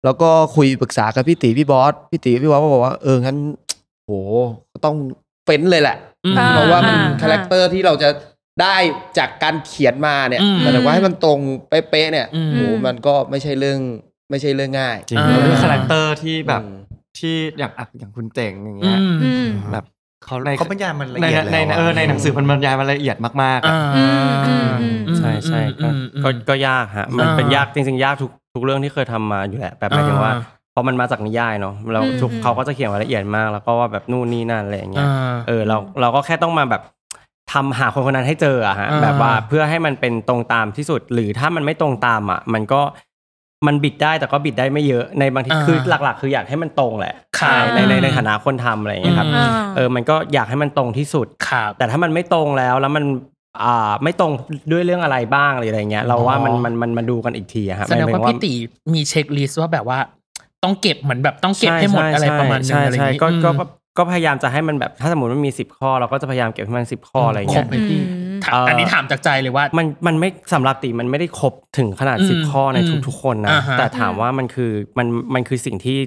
แล้วก็คุยปรึกษากับพี่ตีพี่บอสพี่ตีพี่บอสก็บอกว่าเอองั้นโหก็ต้องเป็นเลยแหละ อืม อ่า เพราะว่ามัน อ่า คาแรคเตอร์ที่เราจะได้จากการเขียนมาเนี่ย อืม แต่ว่าให้มันตรงเป๊ะๆเนี่ย อืม โหมันก็ไม่ใช่เรื่องไม่ใช่เรื่องง่าย จริง อ่า แล้วด้วยคาแรคเตอร์ที่แบบ อืม ที่อย่างอ่ะอย่างคุณเจ๋งอย่าง อื เงี้ย ม อืม แบบเขาใน เขาบรรยายมันละ ใน เอียดแล้ว ในใน อะ เออในหนังสือมันบรรยายมันละเอียดมากๆ อ่า อะ อืมอืมอืม อืม ใช่ใช่ก็ อืมอืม ก็ก็ยากฮะมันเป็น อ่าย ยากจริงๆ ยากทุกทุกเรื่องที่เคยทำมาอยู่แหละแบบหมายถึงว่า อ่า เพราะมันมาจากนิยายเนาะเรา อืม ทุก อืม เขาก็จะเขียนรายละเอียดมากแล้วก็ว่าแบบนู่นนี่นั่นอะไรอย่างเงี้ อ่า ย เออเราเราก็แค่ต้องมาแบบทำหาคนคนนั้นให้เจออะฮะ อ่า แบบว่าเพื่อให้มันเป็นตรงตามที่สุด หรือถ้ามันไม่ตรงตามอ่ะ มันก็ มันบิดได้แต่ก็บิดได้ไม่เยอะในบางที อ่า คือหลัก ๆ คืออยากให้มันตรงแหละ ครับ ในในในฐานะคนทำอะไรอย่างเงี้ยครับ อืม เออมันก็อยากให้มันตรงที่สุด ครับ แต่ถ้ามันไม่ตรงแล้วแล้วมันอ่าไม่ตรงด้วยเรื่องอะไรบ้างหรืออะไรเงี้ย เราว่ามัน อ๋อ มันมันมันดูกันอีกทีอะครับ แสดงว่าพี่ตีมีเช็คลิสต์ว่าแบบว่า ต้องเก็บเหมือนแบบต้องเก็บให้หมดอะไรประมาณนึง ใช่ อะไรอ ใช่ ย่างนี้ ก็ก็ อืม ก็ก็พยายามจะให้มันแบบถ้าสมมติมันมีสิบข้อ เราก็จะพยายามเก็บให้มันสิบข้ออะไร คร เงี้ บ ย ไหมพี่ถาม เอ่ออั อันนี้ถามจากใจเลยว่า มันมันไม่สำหรับตีมันไม่ได้ครบถึงขนาด อืม สิบข้อใน อืม ทุกๆคนนะ อ่าฮะ แต่ถามว่ามันคือมันมันคือสิ่งที่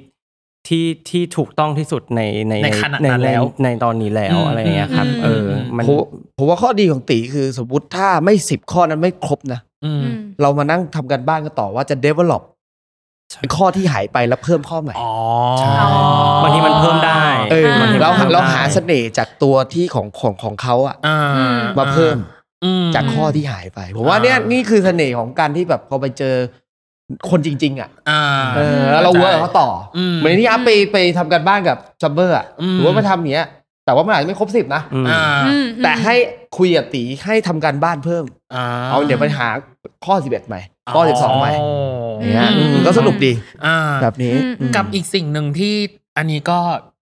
ที่ที่ถูกต้องที่สุดในใน ในขณะนั้นแล้ว ในตอนนี้แล้ว อืม อะไรเงี้ยครับ อืม เอออ ม มัน ผมผมว่าข้อดีของตีคือสมมติถ้าไม่สิบข้อนั้นไม่ครบนะ อืม เรามานั่งทำกันบ้านกันต่อว่าจะ develop เป็นข้อที่หายไปแล้วเพิ่มข้อใหม่ อ๋อ ใช่ บางทีมันเพิ่มได้ เออ มัน เรา เพิ่ม เรา ได้ หาเสน่ห์จากตัวที่ของของของเขาอะ อ่า มาเพิ่ม อืม จากข้อที่หายไปผมว่าเนี่ย อ่านี่ นี่คือเสน่ห์ของการที่แบบพอไปเจอคนจริง ๆ อ่ะ อ่า เออแล้วเราเวิร์กบเขาต่ออ ม เหมือนที่อัพไปไปทำกันบ้านกับซัมเมอร์อ่ะ อืม หรือว่ามาทำอย่างเงี้ย แต่ว่ามันอาจจะไม่ครบสิบนะ อืม อ่า แต่ให้คุยกับตีให้ทำการบ้านเพิ่ม อ่า เอาเดี๋ยวไปหาข้อสิบเอ็ดใหม่ข้อสิบสองใหม่อย่างเนี่ย อืม ก็สนุกดี อ่า แบบนี้อืม กับอีกสิ่งหนึ่งที่อันนี้ก็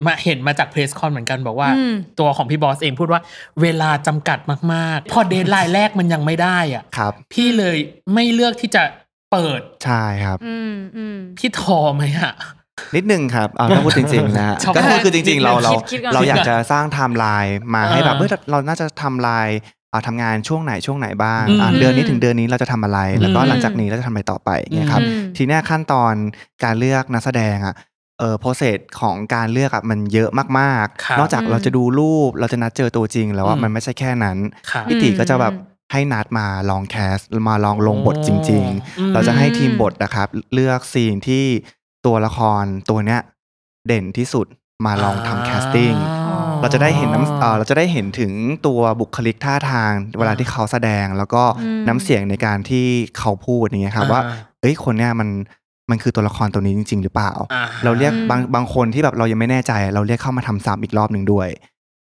มาเห็นมาจากเพรสคอนเหมือนกันบอกว่า อืม ตัวของพี่บอสเองพูดว่าเวลาจำกัดมากๆ พอเดทไลน์แรกมันยังไม่ได้อ่ะ ครับ พี่เลยไม่เลือกที่จะเปิด ใช่ครับ อืมอืม พี่ทอไหมอ่ะ นิดนึงครับเอาถ้าพูดจริงๆนะฮะ ชอบ ก็คือคือจริง ๆ เราเรา คิดคิดก่อน เราอยากจะสร้างไทม์ไลน์มาให้แบบ อ่า เออเราน่าจะไทำลายอ่าทำงานช่วงไหนช่วงไหนบ้าง อืม อ่าเดือนนี้ถึงเดือนนี้เราจะทำอะไร แล้วก็ อืม หลังจากนี้เราจะทำอะไรต่อไปเงี้ยครับ อืม ทีเนี้ยขั้นตอนการเลือกนักแสดงอ่ะเออโปรเซสของการเลือกอ่ะมันเยอะมาก ครับ ๆ นอกจากเราจะดูรูปเราจะนัดเจอตัวจริง แล้วว่า อืม มันไม่ใช่แค่นั้น ค่ะ พี่ตีก็จะแบบให้นัดมาลองแคสต์มาลองลงบทจริง อืม ๆ เราจะให้ทีมบทนะครับ เลือกซีนที่ตัวละครตัวเนี้ยเด่นที่สุดมาลองทำแคสติ้ง อ๋อ เราจะได้เห็นน้ำเอ่อเราจะได้เห็นถึงตัวบุคลิกท่าทาง เวลาที่เขาแสดงแล้วก็ อืม น้ำเสียงในการที่เขาพูดอย่างเงี้ยครับว่า เอ้ยคนเนี้ยมันมันคือตัวละครตัวนี้จริง ๆ หรือเปล่า อ่ฮะ เราเรียกบางบางคนที่แบบเรายังไม่แน่ใจ เราเรียกเข้ามาทำซ้ำอีกรอบหนึ่งด้วย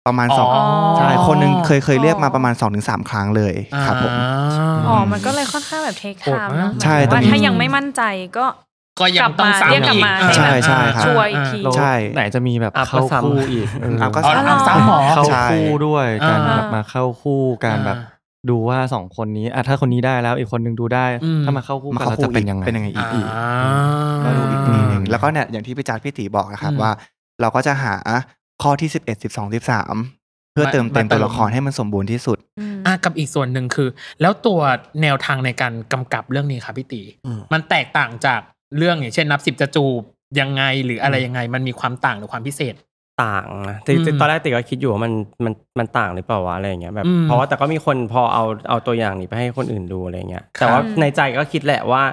ประมาณสอง ใช่ คนหนึ่งเคยเคยเรียกมาประมาณ 2-3 ครั้งเลยครับผม อ๋อ ม มันก็เลยค่อนข้างแบบเทคไทม์ โหดมาก เนาะ ใช่ หมายถึงว่า ต้องมี ถ้ายังไม่มั่นใจก็ ก็ยังต้องซ้ำ เรียกกลับ อีก มา อ่า ใช่ใช่ครับ ช่วยอีกที ใช่ ไหนจะมีแบบ อ่ะ เข้า ก็ซ้ำ คู่อีกเออ อ่ะก็ เอา ซ้ำ เอาซ้ำหมอ เข้า ใช่ คู่ด้วย อ่า การแบบมาเข้าคู่การแบบ อ่า ดูว่าสองคนนี้อ่ะถ้าคนนี้ได้แล้วอีกคนนึงดูได้ อืม ถ้ามาเข้าคู่ มา กัน เข้า เรา คู่ จะเป็น อีก ยังไง เป็นยังไงอีกอีก อ่า ก็ดูอีกทีหนึ่อืงม แล้วก็เนี่ยอย่างที่พี่จัดพี่ตีบอกนะครับ อืม ว่า เราก็จะหาข้อที่ 11 12 13 เพื่อเติมเต็ม มาเติม ตัวละครให้มันสมบูรณ์ที่สุด อืม อ่ะกับอีกส่วนหนึ่งคือ แล้วตัวแนวทางในการกำกับเรื่องนี้ครับพี่ตี มันแตกต่างจากเรื่องอย่างเช่นนับสิบจะจูบยังไงหรืออะไรยังไงมันมีความต่างหรือความพิเศษ ต่างนะจริง อืม ๆตอนแรกติก็คิดอยู่ว่ามันมันมันต่างหรือเปล่าวะอะไรอย่างเงี้ยแบบ อืม เพราะว่าแต่ก็มีคนพอเอาเอาตัวอย่างนี้ไปให้คนอื่นดูอะไรเงี้ยแต่ว่า ครับ ในใจก็คิดแหละว่า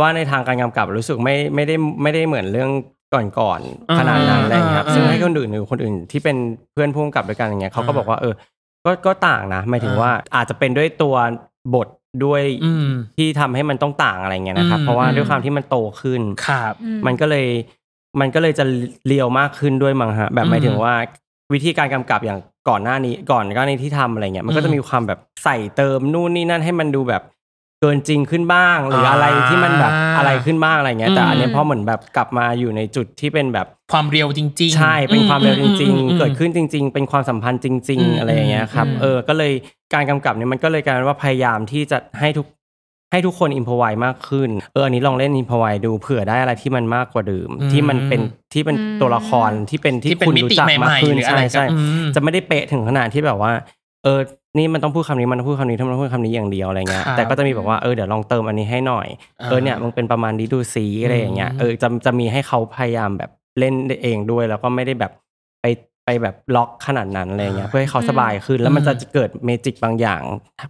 ว่าในทางการกำกับรู้สึกไม่ไม่ได้ไม่ได้เหมือนเรื่องก่อน อ่า ๆขนาดนั้นอะไรเงี้ยครับ อ่า ซึ่งให้คนอื่นหรือคนอื่นที่เป็นเพื่อนพุ่มกับด้วยกันอย่างเงี้ยเขาก็ อ่า บอกว่าเออ ก็ก็ต่างนะหมายถึง อ่า ว่าอาจจะเป็นด้วยตัวบทด้วย อืม ที่ทำให้มันต้องต่างอะไรเงี้ยนะครับ อืม เพราะว่าด้วยความที่มันโตขึ้น ครับ อื มันก็เลยมันก็เลยจะเรียวมากขึ้นด้วยมั้งฮะแบบหมายถึงว่าวิธีการกำกับอย่างก่อนหน้านี้ก่อนก็ในที่ทำอะไรเงี้ยมันก็จะมีความแบบใส่เติมนู่นนี่นั่นให้มันดูแบบเกินจริงขึ้นบ้าง หรืออะไรที่มันแบบ อ่า อะไรขึ้นบ้างอะไรเงี้ยแต่อันเนี้ย อืม พอเหมือนแบบกลับมาอยู่ในจุดที่เป็นแบบ ความเรียวจริงๆ ใช่เป็นความเร็วจริง อืมอืมอืม ๆ เกิดขึ้นจริง ๆ เป็นความสัมพันธ์จริง อืม ๆ อะไรอย่างเงี้ยครับ อืม เออก็เลยการกำกับเนี่ยมันก็เลยกลายเป็นว่าพยายามที่จะให้ทุกให้ทุกคนอินพอไวมากขึ้น เอออันนี้ลองเล่นอินพอไวดูเผื่อได้อะไรที่มันมากกว่าเดิม อืม ที่มันเป็นที่เป็น อืม ตัวละครที่เป็นที่ ที่เป็น คุณ มิ รู้ ติ จัก ใหม่ๆ มากขึ้น หรืออะไร ใช่ใช่ ก็อืม จะไม่ได้เป๊ะถึงขนาดที่แบบว่า เออนี่มันต้องพูดคำนี้มันต้องพูดคำนี้ถ้ามันต้องพูดคำนี้อย่างเดียวอะไรเงี้ย ครับ แต่ก็จะมีแบบว่าเออเดี๋ยวลองเติมอันนี้ให้หน่อย อ่า เออเนี่ยมันเป็นประมาณนี้ดูซีอะไรอย่างเงี้ย อืม เออจะจะมีให้เขาพยายามแบบเล่นเองด้วย แล้วก็ไม่ได้แบบไปไปแบบล็อกขนาดนั้นอะไรเงี้ยเพื่อให้เขาสบายขึ้น แล้วมันจะเกิดเมจิกบางอย่าง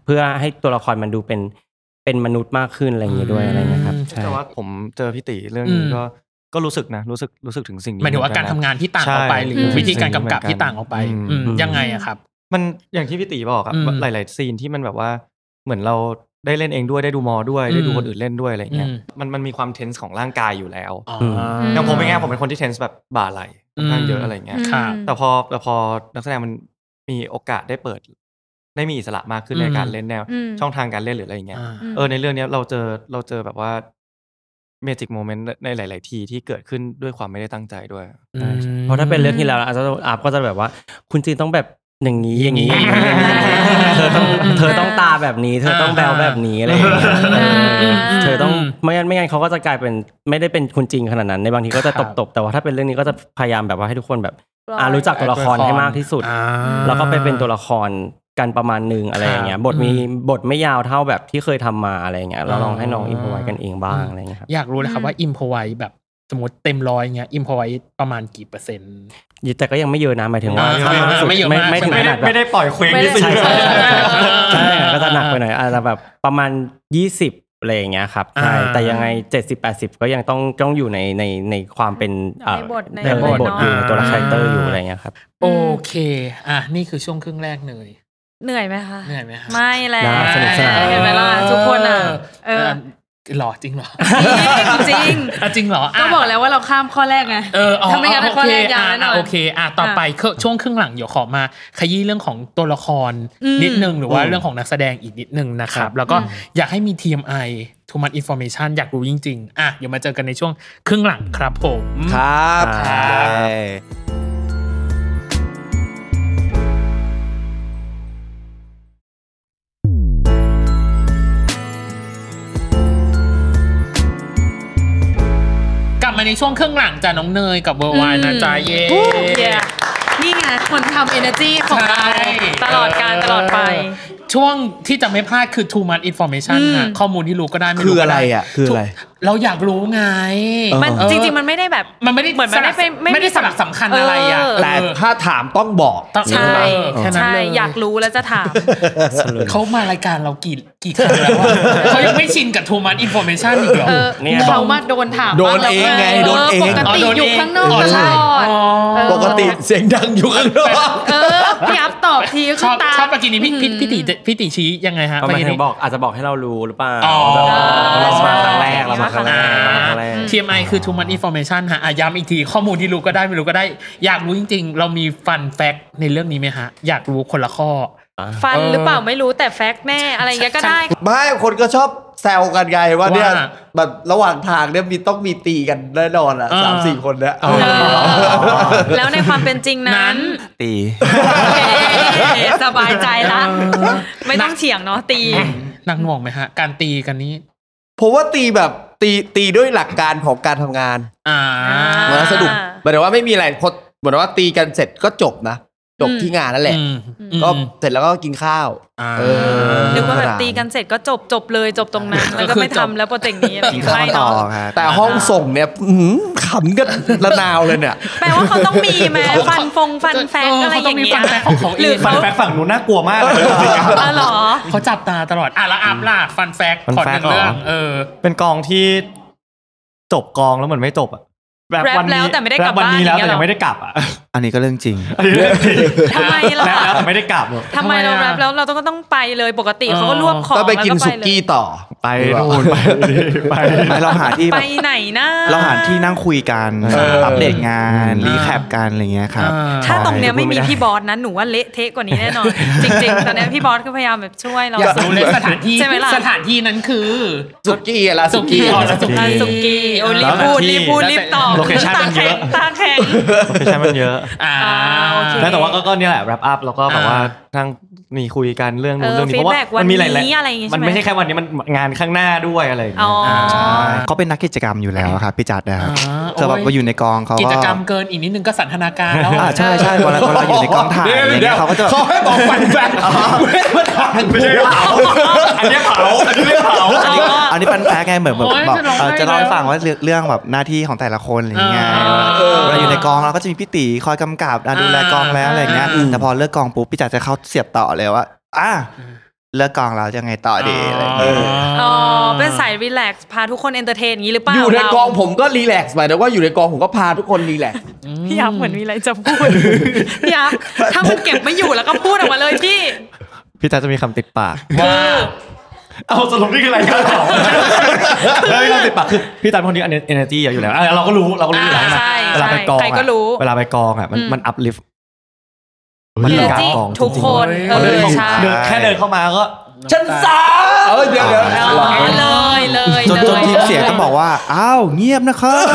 เพื่อให้ตัวละครมันดูเป็นเป็นมนุษย์มากขึ้นอะไรอย่างงี้ด้วยอะไรเงี้ยครับใช่ แต่ว่าผมเจอพี่ติเรื่องนี้ก็ก็รู้สึกนะรู้สึกรู้สึกถึงสิ่งนี้ หมายถึงว่าการทำงานที่ต่างออกไป ใช่ หรือ สึ วิธีการกำกับ สิ่งนี้ ที่ต่างออกไป เหมืนน อืมยังไงอะครับ มันอย่างที่พี่ตีบอกอะ อืม หลาย ๆ ซีนที่มันแบบว่าเหมือนเราได้เล่นเองด้วยได้ดูมอด้วยได้ดู อืม คนอื่นเล่นด้วยอะไรเงี้ย อืม มันมันมีความเทนส์ของร่างกายอยู่แล้ว อ๋อ อย่างผมไม่ง่ายผมเป็นคนที่เทนส์แบบบ่าไหลค่อนข้างเยอะอะไรเงี้ย อื ครับ แต่พอแต่พอนักแสดงมันมีโอกาสได้เปิด ได้มีอิสระมากขึ้นใน อืม การเล่นแนว อืม ช่องทางการเล่นหรืออะไรเงี้ย อ่า เออในเรื่องเนี้ยเราเจอเราเจอแบบว่า เมจิกโมเมนต์ในหลาย ๆ ทีที่เกิดขึ้นด้วยความไม่ได้ตั้งใจด้วย อืม เพราะถ้าเป็นเรื่องที่แล้วอาจจะอาบก็จะแบบว่า คุณจีนต้องแบบอย่างนี้อย่างนี้อย่าง นี้อย่างนี้เธอต้องเธอต้องตาแบบนี้ เธอต้องแบวแบบนี้อะไรอย่างเงี้ย อ่า เออเธอต้องไม่งั้นไม่งั้นเขาก็จะกลายเป็นไม่ได้เป็นคุณจริงขนาดนั้นในบางทีก็จะตบตบๆแต่ว่าถ้าเป็นเรื่องนี้ก็จะพยายามแบบว่าให้ทุกคนแบบอ่ารู้จักตัวละครให้มากที่สุด อ่า แล้วก็ไปเป็นตัวละครกันประมาณหนึ่งอะไรอย่างเงี้ย ครับ บทมี อื บทไม่ยาวเท่าแบบที่เคยทำมาอะไรอย่างเงี้ยเราลองให้น้อง อ่า อินพอไว้กันเองบ้างอะไรอย่างเงี้ยครับ อยากรู้เลยครับว่าอิมพอไวแบบสมมติเต็มร้อยเงี้ยอิมพอไวประมาณกี่เปอร์เซ็นต์ แต่ก็ยังไม่เยอะนะหมายถึงว่า อ่า ไม่ ไม่เยอะมาก ไม่ถึง ไม่ ข ได้ นาดแบบ ไม่ได้ปล่อยเคว้งที่สุด ใช่ใช่ใช่ เออ ใช่ก็จะหนักไปหน่อยอาจจะแบบประมาณ 20อะไรอย่างเงี้ยครับใช่ อ่า แต่ยังไง 70 80 ก็ยังต้องต้องอยู่ในในในความเป็นเอ่อ ในบทใน เออในบท เนอะ อยู่ในตัวละครเตอร์อยู่อะไรเงี้ยครับ โอเค อ่ะนี่คือช่วงครึ่งแรกเลย เหนื่อยไหมคะ เหนื่อยไหมคะ ไม่แล้ ได้ ว สนุกสนาน เห็นไหมล่ะทุกคนอ่ะเออ หรอจริงเหรอ จริง อ่ะจริงเหรอ ก็ ะ บอกแล้วว่าเราข้ามข้อแรกไง เอออ๋อ ถ้าไม่งั้น โอ ข้อ เค แรกยาว อ่ะ แน่นอ อ่ะ น โอเคอ่ะต่อไปคือช่วงครึ่งหลังเดี๋ยวขอมาขยี้เรื่องของตัวละคร อืม นิดนึงหรือว่าเรื่องของนักแสดงอีกนิดนึงนะครับ แล้วก็อยากให้มี TMI Too Much Information อยากรู้จริง ๆ อ่ะเดี๋ยวมาเจอกันในช่วงครึ่งหลังครับผม ครับ ครับ กลับมาในช่วงครึ่งหลังจ้ะน้องเนยกับเวอร์ไวน์นะจ๊ะเย้ เย้นี่ไงคนทำ energy ของเรา ใช่ ตลอดการตลอดไป เออช่วงที่จะไม่พลาดคือ too much information ค่ะข้อมูลที่รู้ก็ได้ไม่ คื รู้ อ ก็ อะไร ได้ อ่ะคืออะไร เราอยากรู้ไง มัน เออ จริง ๆ มันไม่ได้แบบ มันไม่ได้ เหมือนมันไม่เป็นไม่ ไม่ได้สลักสำคัญอะไรอ่ะ เออ แต่ เออ ถ้าถามต้องบอก ต้อง ใช่ เออแค่นั้น ใช่ เลย อยากรู้แล้วจะถาม เขามารายการเรากี่กี่ครั้งแล้วอะเขายังไม่ชินกับ too much information อีกเหรอ เออ เนี่ย เขามาโดนถาม โดน บ้าแล้ว เองไง อ โดนเอง ปก อ๋อ ติ โดน อยู่ เอง ข้างนอก อ๋อ ต ใช่ ลอดเออ ปกติเสียงดังอยู่ข้างนอก เออพี่อัพตอบทีก็ ชอบ ตาม ชอบปากินี้พี่พี่พี่ติพี่ติชี้ยังไงฮะ ก็หมาปายกิ ถึ นี งบอกอาจจะบอกให้เรารู้หรือเปล่า อ๋อ แบบว่าเรามาครั้งแรกเรามาครั้งแร อ่า กเรามาครั้งแรก TMI คือ too much information ฮะอ่ะย้ำอีกที ข้อมูลที่รู้ก็ได้ไม่รู้ก็ได้ อยากรู้จริง ๆ เรามีฟันแฟกในเรื่องนี้ไหมฮะ อยากรู้คนละข้อ ฟัน เออ หรือเปล่าไม่รู้แต่แฟกต์แน่อะไรอย่างเงี้ยก็ได้ ไม่คนก็ชอบแซวกันไงว่าเนี่ย ว่า แบบระหว่างทางเนี่ยมีต้องมีตีกันแน่นอนอ่ะ อ่า สามสี่คนเนี่ย เออแล้วในความเป็นจริงนั้น ตี โอเคสบายใจละ ไม่ต้องเฉียงเนาะตี หนักหน่วงไหมฮะ การตีกันนี้ ผมว่าตีแบบตีตีด้วยหลักการของการทำงาน อ่า เหมือนว่าสนุกหมายถึงว่าไม่มีอะไรพอเหมือนว่าตีกันเสร็จก็จบนะ จบ อืม ที่งานนั่นแหละ อืม ก็เสร็จแล้วก็กินข้าว อ่า เออ นึกว่าแบบตีกันเสร็จก็จบจบเลยจบตรงนั้น แล้วก็ไม่ ก็คือจบ ทำแล้วโปรเจกต์นี้อะไรอย่าง กิน เงี้ย ข้าว ไม่ ต่อ เนาะ ครับ แต่ห้องส่งเนี่ยอื้อหือขำกันระนาวเลยเนี่ย แปลว่าเขาต้องมีไหมฟันฟงฟันแฟกอะไรอย่างเงี้ย เออเขาต้องมีฟันแฟกของเขา ห เอ รืองเขา ฟันแฟก ฝั่งนู้นน่ากลัวมาก อ๋อเหรอ เขาจับตาตลอด อ่ะแล้วอัพล่ะฟันแฟก ฟัน ขอห แฟก นึ่งเรื่อง เหรอ เออ เป็นกองที่จบกองแล้วเหมือนไม่จบอ่ะแบบ แรป วัน แล้ นี้ วแต่ไม่ได้กลับ แรปวั บ้าน นี้แล้ว อย่างแต่ยัเงี้ยเหรอ งไม่ได้กลับอ่ะ อันนี้ก็เรื่องจริง อันนี้เรื่องจริง ทำไมล่ะ แรปแล้วแต่ไม่ได้กลับ ทำไมเราแรปแล้วเราต้องก็ต้องไปเลยปกติเขาก็รวบของ ก็ไปกิน แล้ว สุ เลย กี้ต่อ ไปนู่นไปนี่ไป ไม่เราหาที่แบ ไป บ ไหนนะ เราหาที่นั่งคุยกัน เอออั อัปเดตงาน อ่า รีแคปกันอะไรเงี้ยครับ อ่า ถ้าตรงเนี้ย ใช่ ไม่มีพี่บอสนะหนูว่าเละเทะกว่านี้แน่นอน จริงๆ ตอนเนี้ยพี่บอสก็พยายามแบบช่วยเรา อยากรู้เลยสถานที่ ใช่ไหมล่ะ สถานที่นั้นคือ สุกี้อะละ สุ สุ กี้ กี้ อ๋อแล้วสุกี้ อ่ะสุกี้โอ้รีบพูดรีบพูดรีบตอบ โลเคชั่น ตา มันเย แข็ง อะ ตาแข็ง โลเคชั่นมันเยอะ อ่า โอเค แล้วแต่ว่าก็ก็เนี่ยแหละ wrap up แล้วก็แบบว่าทั้งมีคุยกันเรื่องนู้น เออ เรื่องนี้ feedback เพราะว่า วั มัน นมีหลาย นี้อะไรอย่างงี้ใช่ไหม มันไม่ใช่แค่วันนี้มันงานข้างหน้าด้วยอะไรอย่าง อ๋อ เงี้ย อ่า ใช่เขาเป็นนักกิจกรรมอยู่แล้วครับพี่จัดนะครับ อ่า จะแบบว่าอยู่ในกองเขา กิ ก็ จกรรมเกินอีกนิดนึงก็สันทนาการแล้ว อ่าใช่ใช่เวลาเวลาอยู่ในกองถ่ายอะไรเงี้ยเขาก็จะแบบ เขาให้บอกฟันแฟนไม่ได้มาถามไม่ใช่เผา อันนี้เผาอันนี้ไม่เผา อันนี้อันนี้เป็นแฟกไงเหมือนแบบ โย บอก จะร้ง เอ่อ ไห้ จะเล่าให้ฟัง แล้ ว่าเรื่องเรื่องแบบหน้าที่ของแต่ละคนอะไรอย่างเงี้ย อ่า เวลาอยู่ในกองเราก็จะมีพี่ตีคอยกำกับอ่ะดูแลกองแล้วอะไรอย่างเงี้ย อ่า แต่พอเลิกกองปุ๊บพี่จ๋าจะเข้าเสียบต่อเลยว่าอ่ะเลิกกองเราจะไงต่อดีอะไรอย่างเงี้ย อ๋อเป็นสายรีแลกซ์พาทุกคนเอนเตอร์เทนอย่างนี้หรือเปล่า อยู่ใน เรา กองผมก็รีแลกซ์หมายถึงว่าอยู่ในกองผมก็พาทุกคนรีแลกซ์ พี่ยับเหมือนมีอะไรจะพู ดพี่ยับถ้ามันเก็บไม่อยู่แล้วก็พูดออกมาเลยพี่ พี่ตาจะมีคำติดปาก ว่า เอาสรุปนี่คือรายการเผาแล้วพี่ตาติดปากคือพี่ตาเป็นคนที่ energy เอเนจีอยู่แล้วอ่ะเราก็รู้เราก็รู้อยู่แล้ว อ่า ใช่ไหมเวลาไปใช่ใช่กอง ใคร อ่ะ ก็รู้ เวลาไปกองอ่ะมัน อืม มันอัพลิฟมันเป็นการกอง ทุก จริง คน ๆ เอ เดิ อน เข้า ใช่ เดินแค่เดินเข้ามาก็ ชั้นสามเออเดี๋ยวเดี๋ยว หรอ เลยเลย จนจนทีมเสียงต้องบอกว่า อ้าว เงียบนะครับ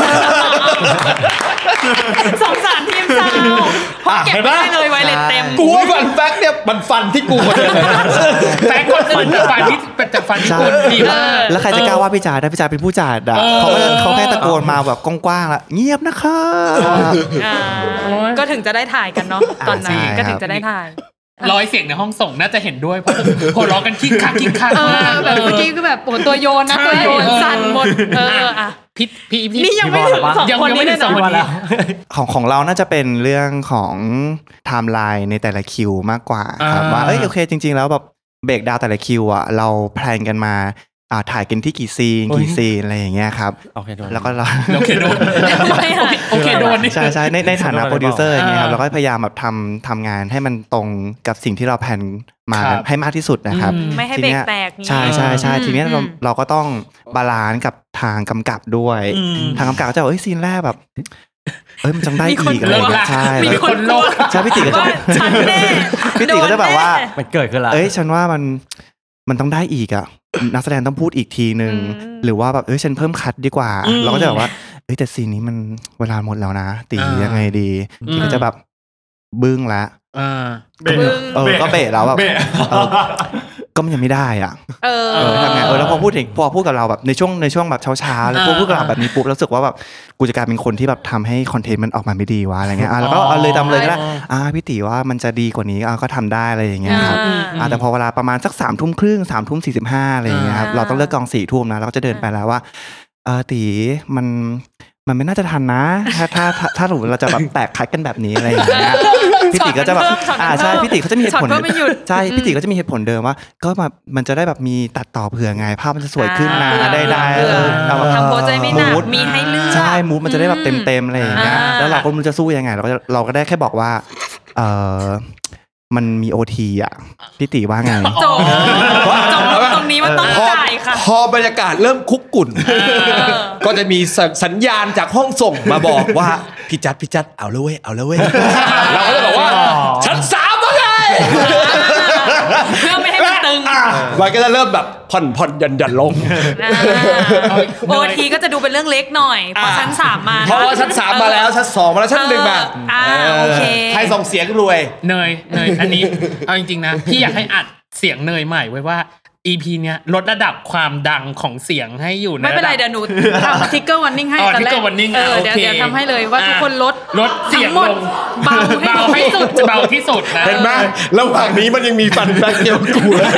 สงสารทีมสาวเพราะเก็บไว้เลยไว้เลยเต็ม กูว่าฟันแฟกเนี่ยมันฟันที่กูคนเดียวเลย แฟนคนอื่นแต่ฟันที่เป็นแต่ฟันที่ ใช่ คนดีมาก แล้วใครจะกล้าว่าพี่จ๋าได้พี่จ๋าเป็นผู้จัดอ่ะ เออ เขาก็เขาแค่ตะโกนมาแบบกว้างๆละเงียบนะครับ อ่าก็ถึงจะได้ถ่ายกันเนาะตอนนั้น ใช่ ก็ถึงจะได้ถ่าย ร้อยเสียงในห้องส่งน่าจะเห็นด้วยเพราะหัวเราะกันคิกคักคิกคัก เอ มา อก แบบเมื่อกี้ก็แบบโอ้ตัวโยนนะ ใช่ ตัวโยนสั่นหมดเออ อ่ะ อ่ะ พี่พี่พี่ นี่ยังไม่ถึงสอง ยั คน ยัไม่ นี้เลยถึงสอง นะ คนนี้ ของของเราน่าจะเป็นเรื่องของไทม์ไลน์ในแต่ละคิวมากกว่าครับว่าเอ้ยโอเค จริง ๆ แล้วแบบเบรกดาวน์แต่ละคิวอ่ะเราแพลนกันมาอ่าถ่ายกันที่กี่ซีนกี่ซีนอะไรอย่างเงี้ยครับ โอเคโดน แล้วก็เรา โอเคโดน ไม่อ่ะ โอเคโดนนี่ ใช่ใช่ในในฐานะ ใช่ โปรดิวเซอร์อย่างเงี้ยครัอ่าบเราก็พยายามแบบทำทำงานให้มันตรงกับสิ่งที่เราแผนมา ครับ ให้มากที่สุดนะครับ อื ไม่ให้ ที เบรกแตกนี้ยนี่ ใช่ใช่ใช่ อืม ทีเนี้ยเรา อืม เราก็ต้องบาลานซ์กับทางกำกับด้วย อืม ทางกำกับก็จะบอกเอ้ยซีนแรกแบบ เอ้ยมันจังได้ มีคน อีกอะไร เลิ อกย่างเงี้ ละ ยใช่ มี แล้ว คนโลก ใช่พี่ติก็จะ ว่าฉันแน่ พี่ติก็จะแบบว่า โดนแน่ มันเกิดขึ้นละ เอ้ยฉันว่ามันมันต้องได้อีกอ่ะ นักแสดงต้องพูดอีกทีหนึ่ง อืม หรือว่าแบบเอ้ยฉันเพิ่มคัดดีกว่า อืม เราก็จะแบบว่าเอ้ยแต่ซีนนี้มันเวลาหมดแล้วนะตี อ่ายั ยังไงดี อืม ก็จะแบบบึ้งละ อ่า เออก็เบะแล้วแบบ เบะ เออก็มันยังไม่ได้อ่ะ เออ เออทำไงเออแล้วพอพูดถึงพอพูดกับเราแบบในช่วงในช่วงแบบเช้าๆแล้วพอพูดกับเราแบบนี้ปุ๊บรู้สึกว่าแบบกูจะกลายเป็นคนที่แบบทำให้คอนเทนต์มันออกมาไม่ดีวะอะไรเงี้ยอ่ะแล้วก็เอาเลยทำเลยก็ได้อ่าพี่ติว่ามันจะดีกว่านี้อ่ะก็ทำได้อะไรอย่างเงี้ยครับ อืม อาแต่พอเวลาประมาณสักสามทุ่มครึ่งสามทุ่มสี่สิบห้าอะไรอย่างเงี้ยครับ อ่า เราต้องเลิกกองสี่ทุ่มนะเราก็จะเดินไปแล้วว่าเออตีมันมันไม่น่าจะทันนะ ถ้าถ้าถ้าถ้าสมมติเราจะแบบแตกคัดกันแบบนี้อะไรอย่างเงี้ย พี่ติก็จะแบบ ช็อตกันเพิ่มช็อตกัน อ่าใช่พี่ติเขาจะมีเหตุผล ช็อตก็ไม่หยุด ใช่พี่ติก็จะมีเหตุผลเดิมว่า ก็แบบมันจะได้แบบมีตัดต่อเผื่อไงภาพมันจะสวยขึ้นนะ อ่า ได้ได้เออเอา ทำโปรเจกต์ไม่หนัก มูด มีให้เลือก ใช่มูดมันจะได้แบบเต็มเต็มๆอะไรอย่างเงี้ย อ่า แล้วเราก็ไม่รู้จะสู้ยังไงเราก็จะเราก็ได้แค่บอกว่าเออมันมีโอทีอ่ะพี่ติว่าไง จบจบตรงนี้ว่าต้องจ่ายค่ะ พอบรรยากาศเริ่มคุกกุ่น ก็จะมีสสัญญาณจากห้องส่งมาบอกว่า พี่จัดพี่จัดเอาแล้วเว้ยเอาแล้วเว้ยเราก็เลยบอกว่าชั้นสามว่าไง เพื่อไม่ให้มันตึง อ่ะมันก็จะเริ่มแบบผ่อนผ่อนหยันหยันลง โอทีก็จะดูเป็นเรื่องเล็กหน่อยพอชั้นสามมา เพราะว่าชั้นสามมาแล้วชั้นสองมาแล้วชั้นหนึ่งมา อ่าโอเค ใครส่งเสียงรวย เนยเนยอันนี้ เอาจริงๆนะ พี่อยากให้อัดเสียงเนยใหม่ไว้ว่า EP เนี้ยลดระดับความดังของเสียงให้อยู่ใน ไม่เป็นไร ระดับ เดี๋ยวหนูทำทิกเกอร์วันนิ่งให้ อ๋อ ตอนแรก trigger warning เออ อ่ะ เดี๋ยว โอเค เดี๋ยวทำให้เลยว่า อ่ะ ทุกคนลด ลดเสียง ทั้หมด ลง เบาให้ เบาให้สุดเบาที่สุดนะ เห็นไหมระหว่างนี้มันยังมีฟันแฟกเดียวกูเลย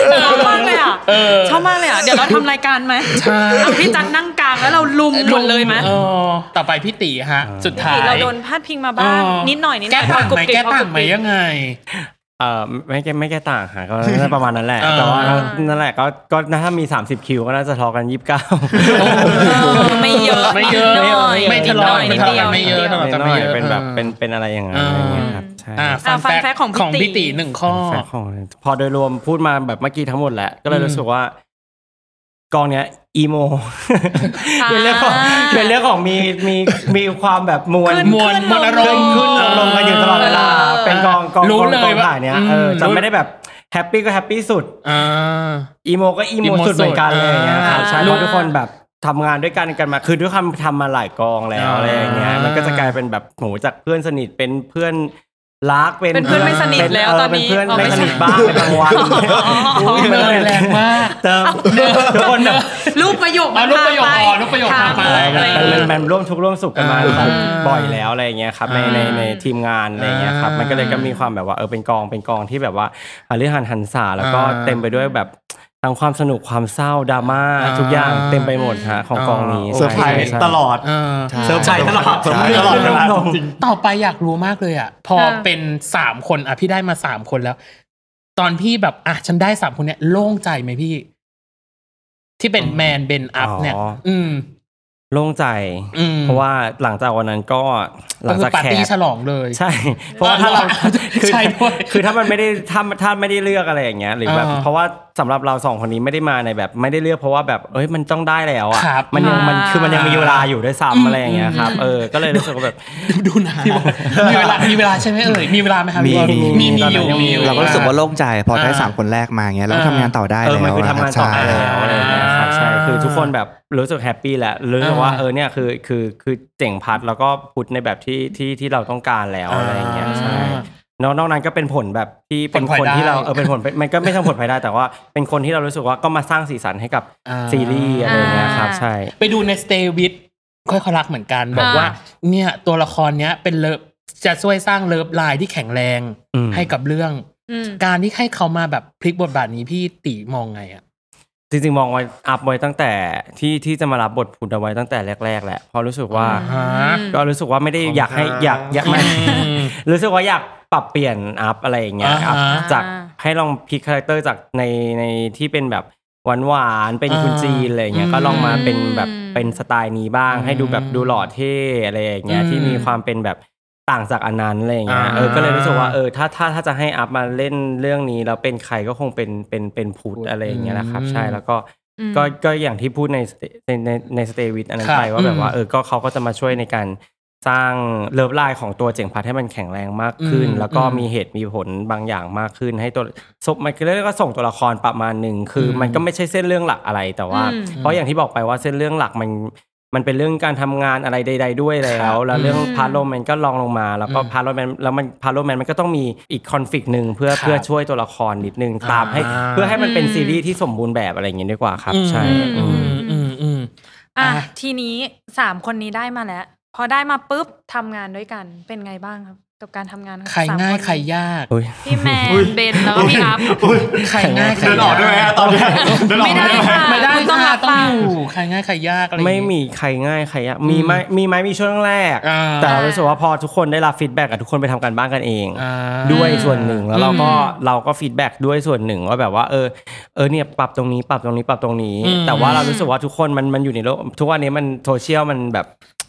ชอบมากเลยอ่ะชอบมากเลยอ่ะเดี๋ยวเราทำรายการไหมเอาพี่จันนั่งกลางแล้วเราลุมหมดเลยไหม ออต่อไปพี่ตีฮะ สุดท้าย เราโดนพาดพิงมาบ้าง เอ นิดหน่อยนิดหน่ แก้ อย ต่าง พอกรุบ ไหม กริบ แก้ พอก ต่าง รุบกไหม ริบ ยังไง เออไม่แก้ไม่แก้ต่าง ค่ะก็ น่าประมาณนั้นแหละ เออ แต่ว่านั่นแหละก็ก็ถ้ามี 30 คิวก็น่าจะทะเลาะกัน 29 ไม่เยอะ ไม่เยอะ นิดหน่อย ไม่ทะเลาะ นิ ไม่ ด ทะ เดียว เลาะ ไม่เยอะทะเลาะกัน ห ไม่ น่อย เยอะ ๆเป็นแบบเป็นเป็นอะไรอย่างเงี้ย เอออ อะไรอย่างเงี้ยครับใช่ อ่า อ่า ฟัน fun แฟ fact ก ของพี่ ของพี่ ตี ตีหนึ่งข้อ แฟนของพอโดยรวมพูดมาแบบเมื่อกี้ทั้งหมดแหละก็เลย อืม รู้สึกว่า กองเนี้ยอีโม เป็นเรื่องของ เป็นเรื่องของมีมีมีความแบบมวล มวลมวลอาร ขึ้ ม น ณ์ ขึ้นลงลงกันอยู่ตลอดเวลา เออ เป็นกองกอง รู้ กอง เลย กอง ว่า ถ่ายเนี้ย อืม เออจะ รู้ ไม่ได้แบบแฮปปี้ก็แฮปปี้สุด อ่า อีโมก็อี อี โม โม สุดเหมือนกัน สุด อะไรอย่างเงี้ยครับ อ่า ใช่เพราะทุกคนแบบทำงานด้วยกันกันมา คือด้วยความทำมาหลายกองแล้ว อ่า อะไรอย่างเงี้ย มันก็จะกลายเป็นแบบโหจากเพื่อนสนิทเป็นเพื่อนรักเป็น เป็นเพื่อนไม่สนิทแล้ว เป็ ตอนนี้ เป็เพื่อน อ๋อ ไม่ ไม่ ส ใช่ นิทบ้างเป็นบางวัน อ๋อ เนยแรงมาก เติมทุกคนแบบ รูปประโยค เอารูปประโยค พา อ๋อรูปประโยคพาไป อะ มัน ไรอย่าง มัน เงี้ย มันร่วมทุกข์ร่วมสุขกันมา อ่า แบบบ่อยแล้วอะไรอย่างเงี้ยครับในในในทีมงานอะไรอย่างเงี้ยครับ อ่ามั มันก็เลยก็มีความแบบว่าเออเป็นกองเป็นกองที่แบบว่าหาเรื่องหันหันษาแล้วก็ อ่า เต็มไปด้วยแบบทั้งความสนุกความเศร้าดราม่า อ่า ทุกอย่างเต็มไปหมดฮะของกองนี้ โอเค เซอร์ไพรส์ตลอด เออ เซอร์ไพรส์ตลอดเซอร์ไพรส์ตลอดเวลาจริง ต่อไปอยากรู้มากเลยอ่ะ พอ ค่ะ เป็นสามคนอ่ะพี่ได้มาสามคนแล้ว ตอนพี่แบบอ่ะฉันได้สามคนเนี่ยโล่งใจไหมพี่ ที่เป็นแมนเบนอัพเนี่ย อืม โล่งใจ อืม เพราะว่าหลังจากวันนั้นก็หลั ก็ ง คือ จาก ปาร์ แค ตี้ ส ฉลองเลย ใช่ เพราะว่าถ้าเราคือ ใช่ด้วย คือถ้ามันไม่ได้ถ้าถ้าไม่ได้เลือกอะไรอย่างเงี้ยหรือแบบ อ่า เพราะว่าสำหรับเราสองคนนี้ไม่ได้มาในแบบไม่ได้เลือกเพราะว่าแบบเอ้ยมันต้องได้แล้วอ่ะ ครับ มันยังมัน อ่า คือมันยังมีเวลาอยู่ด้วย อืม ซ้ำอะไรอย่างเงี้ยครับเออก็เลยรู้สึกว่าแบบ ดูนะมีเวลามีเวลาใช่ไหมเอ่ยมีเวลาไหมครับ มี พี่บอล มี มีมีอยู่มีอยู่ เราก็รู้สึกว่าโล่งใจพอได้ อ่า สามคนแรกมาเงี้ยเราก็ อ่า ทำงานต่อได้ เอ แล้ อ ว มันคือทำงานต่อไป ะครับ แล้วอะไรอย่างเงี้ยครับ อ่า ใช่คือทุกคนแบบรู้สึกแฮปปี้แหละรู้สึกว่า อ่า เออเนี่ยคือคือคือเจ๋งพัดแล้วก็พุทธในแบบที่ที่ที่เราต้องการแล้วอะไรอย่างเงี้ยใช่ อ่า นอกนอกนั้นก็เป็นผลแบบที่เป็น ผลพล ค อย น ได้ ที่เราเออเป็นผลเป็นมันก็ไม่ใช่ผลภายได้แต่ว่าเป็นคนที่เรารู้สึกว่าก็มาสร้างสีสันให้กับ อ่า ซีรีส์อะไรอย่างเงี้ยครับใช่ ไปดูในสเตวิทค่อยๆรักเหมือนกัน บอกว่า เนี่ยตัวละครเนี้ยเป็นเลิฟจะช่วยสร้างเลิฟไลน์ที่แข็งแรง อืม ให้กับเรื่อง อืม การที่ให้เขามาแบบพลิกบทบาทนี้พี่ตีมองไงอ่ะ จริงๆมองไว้อัพไว้ตั้งแต่ที่ที่จะมารับบทพุทธเอาไว้ตั้งแต่แรก ๆ แหละเพอรู้สึกว่า อ่าฮะ ก็รู้สึกว่าไม่ได้อยากให้อยากอยากไม่ อืม รู้สึกว่าอยากปรับเปลี่ยนอัพอะไรอย่างเงี้ย อ่าฮะ อัพจาก อ่า ให้ลองพลิกคาแรคเตอร์จากในในที่เป็นแบบหวานหวานๆเป็นคุณ อ่า จีนอะไรอย่างเงี้ยก็ลองมาเป็นแบบเป็นสไตล์นี้บ้าง อืม ให้ดูแบบดูหล่อเท่อะไรอย่างเงี้ย อืม ที่มีความเป็นแบบต่างจากอันนั้นอะไรอย่างเงี้ย อ่า เออก็เลยรู้สึกว่าเออถ้าถ้าถ้าจะให้อัพมาเล่นเรื่องนี้แล้วเป็นใครก็คงเป็นเป็นเป็นพุทธอะไรอย่างเงี้ยแหละครับ ใช่แล้วก็ก็ก็อย่างที่พูดในในในในสเตวิตอันนั้น ครับ ไปว่าแบบ อืม ว่า เออ ก็เขาก็จะมาช่วยในการสร้างเลิฟไลน์ของตัวเจ๋งพัดให้มันแข็งแรงมากขึ้น อืม แล้วก็ อืม มีเหตุมีผลบางอย่างมากขึ้น ให้ตัวสมมันคือเรียกว่าส่งตัวละครประมาณหนึ่งคืออ ม มันก็ไม่ใช่เส้นเรื่องหลักอะไรแต่ว่า อืม เพราะอย่างที่บอกไปว่าเส้นเรื่องหลักมันมันเป็นเรื่องการทำงานอะไรใด ๆ ด้วยแล้ ครั ว บ แล้วเรื่อง อืม พาร์ทโรแมนก็ลองลงมา แล้วก็ อืม พาร์ทโรแมนแล้วมันพาร์ทโรแมนมันก็ต้องมีอีกคอนฟ lict หนึ่งเพื่อ ครับ เพื่อช่วยตัวละครนิดนึงตามให้ อ่า เพื่อให้มันเป็นซีรีส์ที่สมบูรณ์แบบอะไรอย่างงี้ดีกว่าครับ ใช่ อื อืม มอืมอืม อ่ะ อ่ะ ทีนี้สามคนนี้ได้มาแล้ว พอได้มาปุ๊บทำงานด้วยกันเป็นไงบ้างครับ กับการทำงานของ ใคร สมน ง่ายใครยาก พี่แมนเบนแล้วก็พี่อัพ ใครง่ายใครเดินยากออกได้ไหมฮะตอนเนี้ยเดินออกได้ไหม ค่ะ ไม่ได้ คุณต้ ต้อ องงรับ ต้อง ฟัง อยู่ใครง่ายใครยากอะไรอย่าง ไม่ งี้ มีใครง่ายใครยากมีไหมมีไหมมีช่วงแรก อ่า แต่เรารู้สึกว่าพอทุกคนได้รับฟีดแบ็กอะทุกคนไปทำการบ้านกันเอง อ่า ด้วยส่วนหนึ่งแล้วเราก็เราก็ฟีดแบ็กด้วยส่วนหนึ่งว่าแบบว่าเออเออเนี่ยปรับตรงนี้ปรับตรงนี้ปรับตรงนี้ อืม แต่ว่าเรารู้สึกว่าทุกคนมันมันอยู่ในโลกทุกวันนี้มันโซเชียลมันแบบ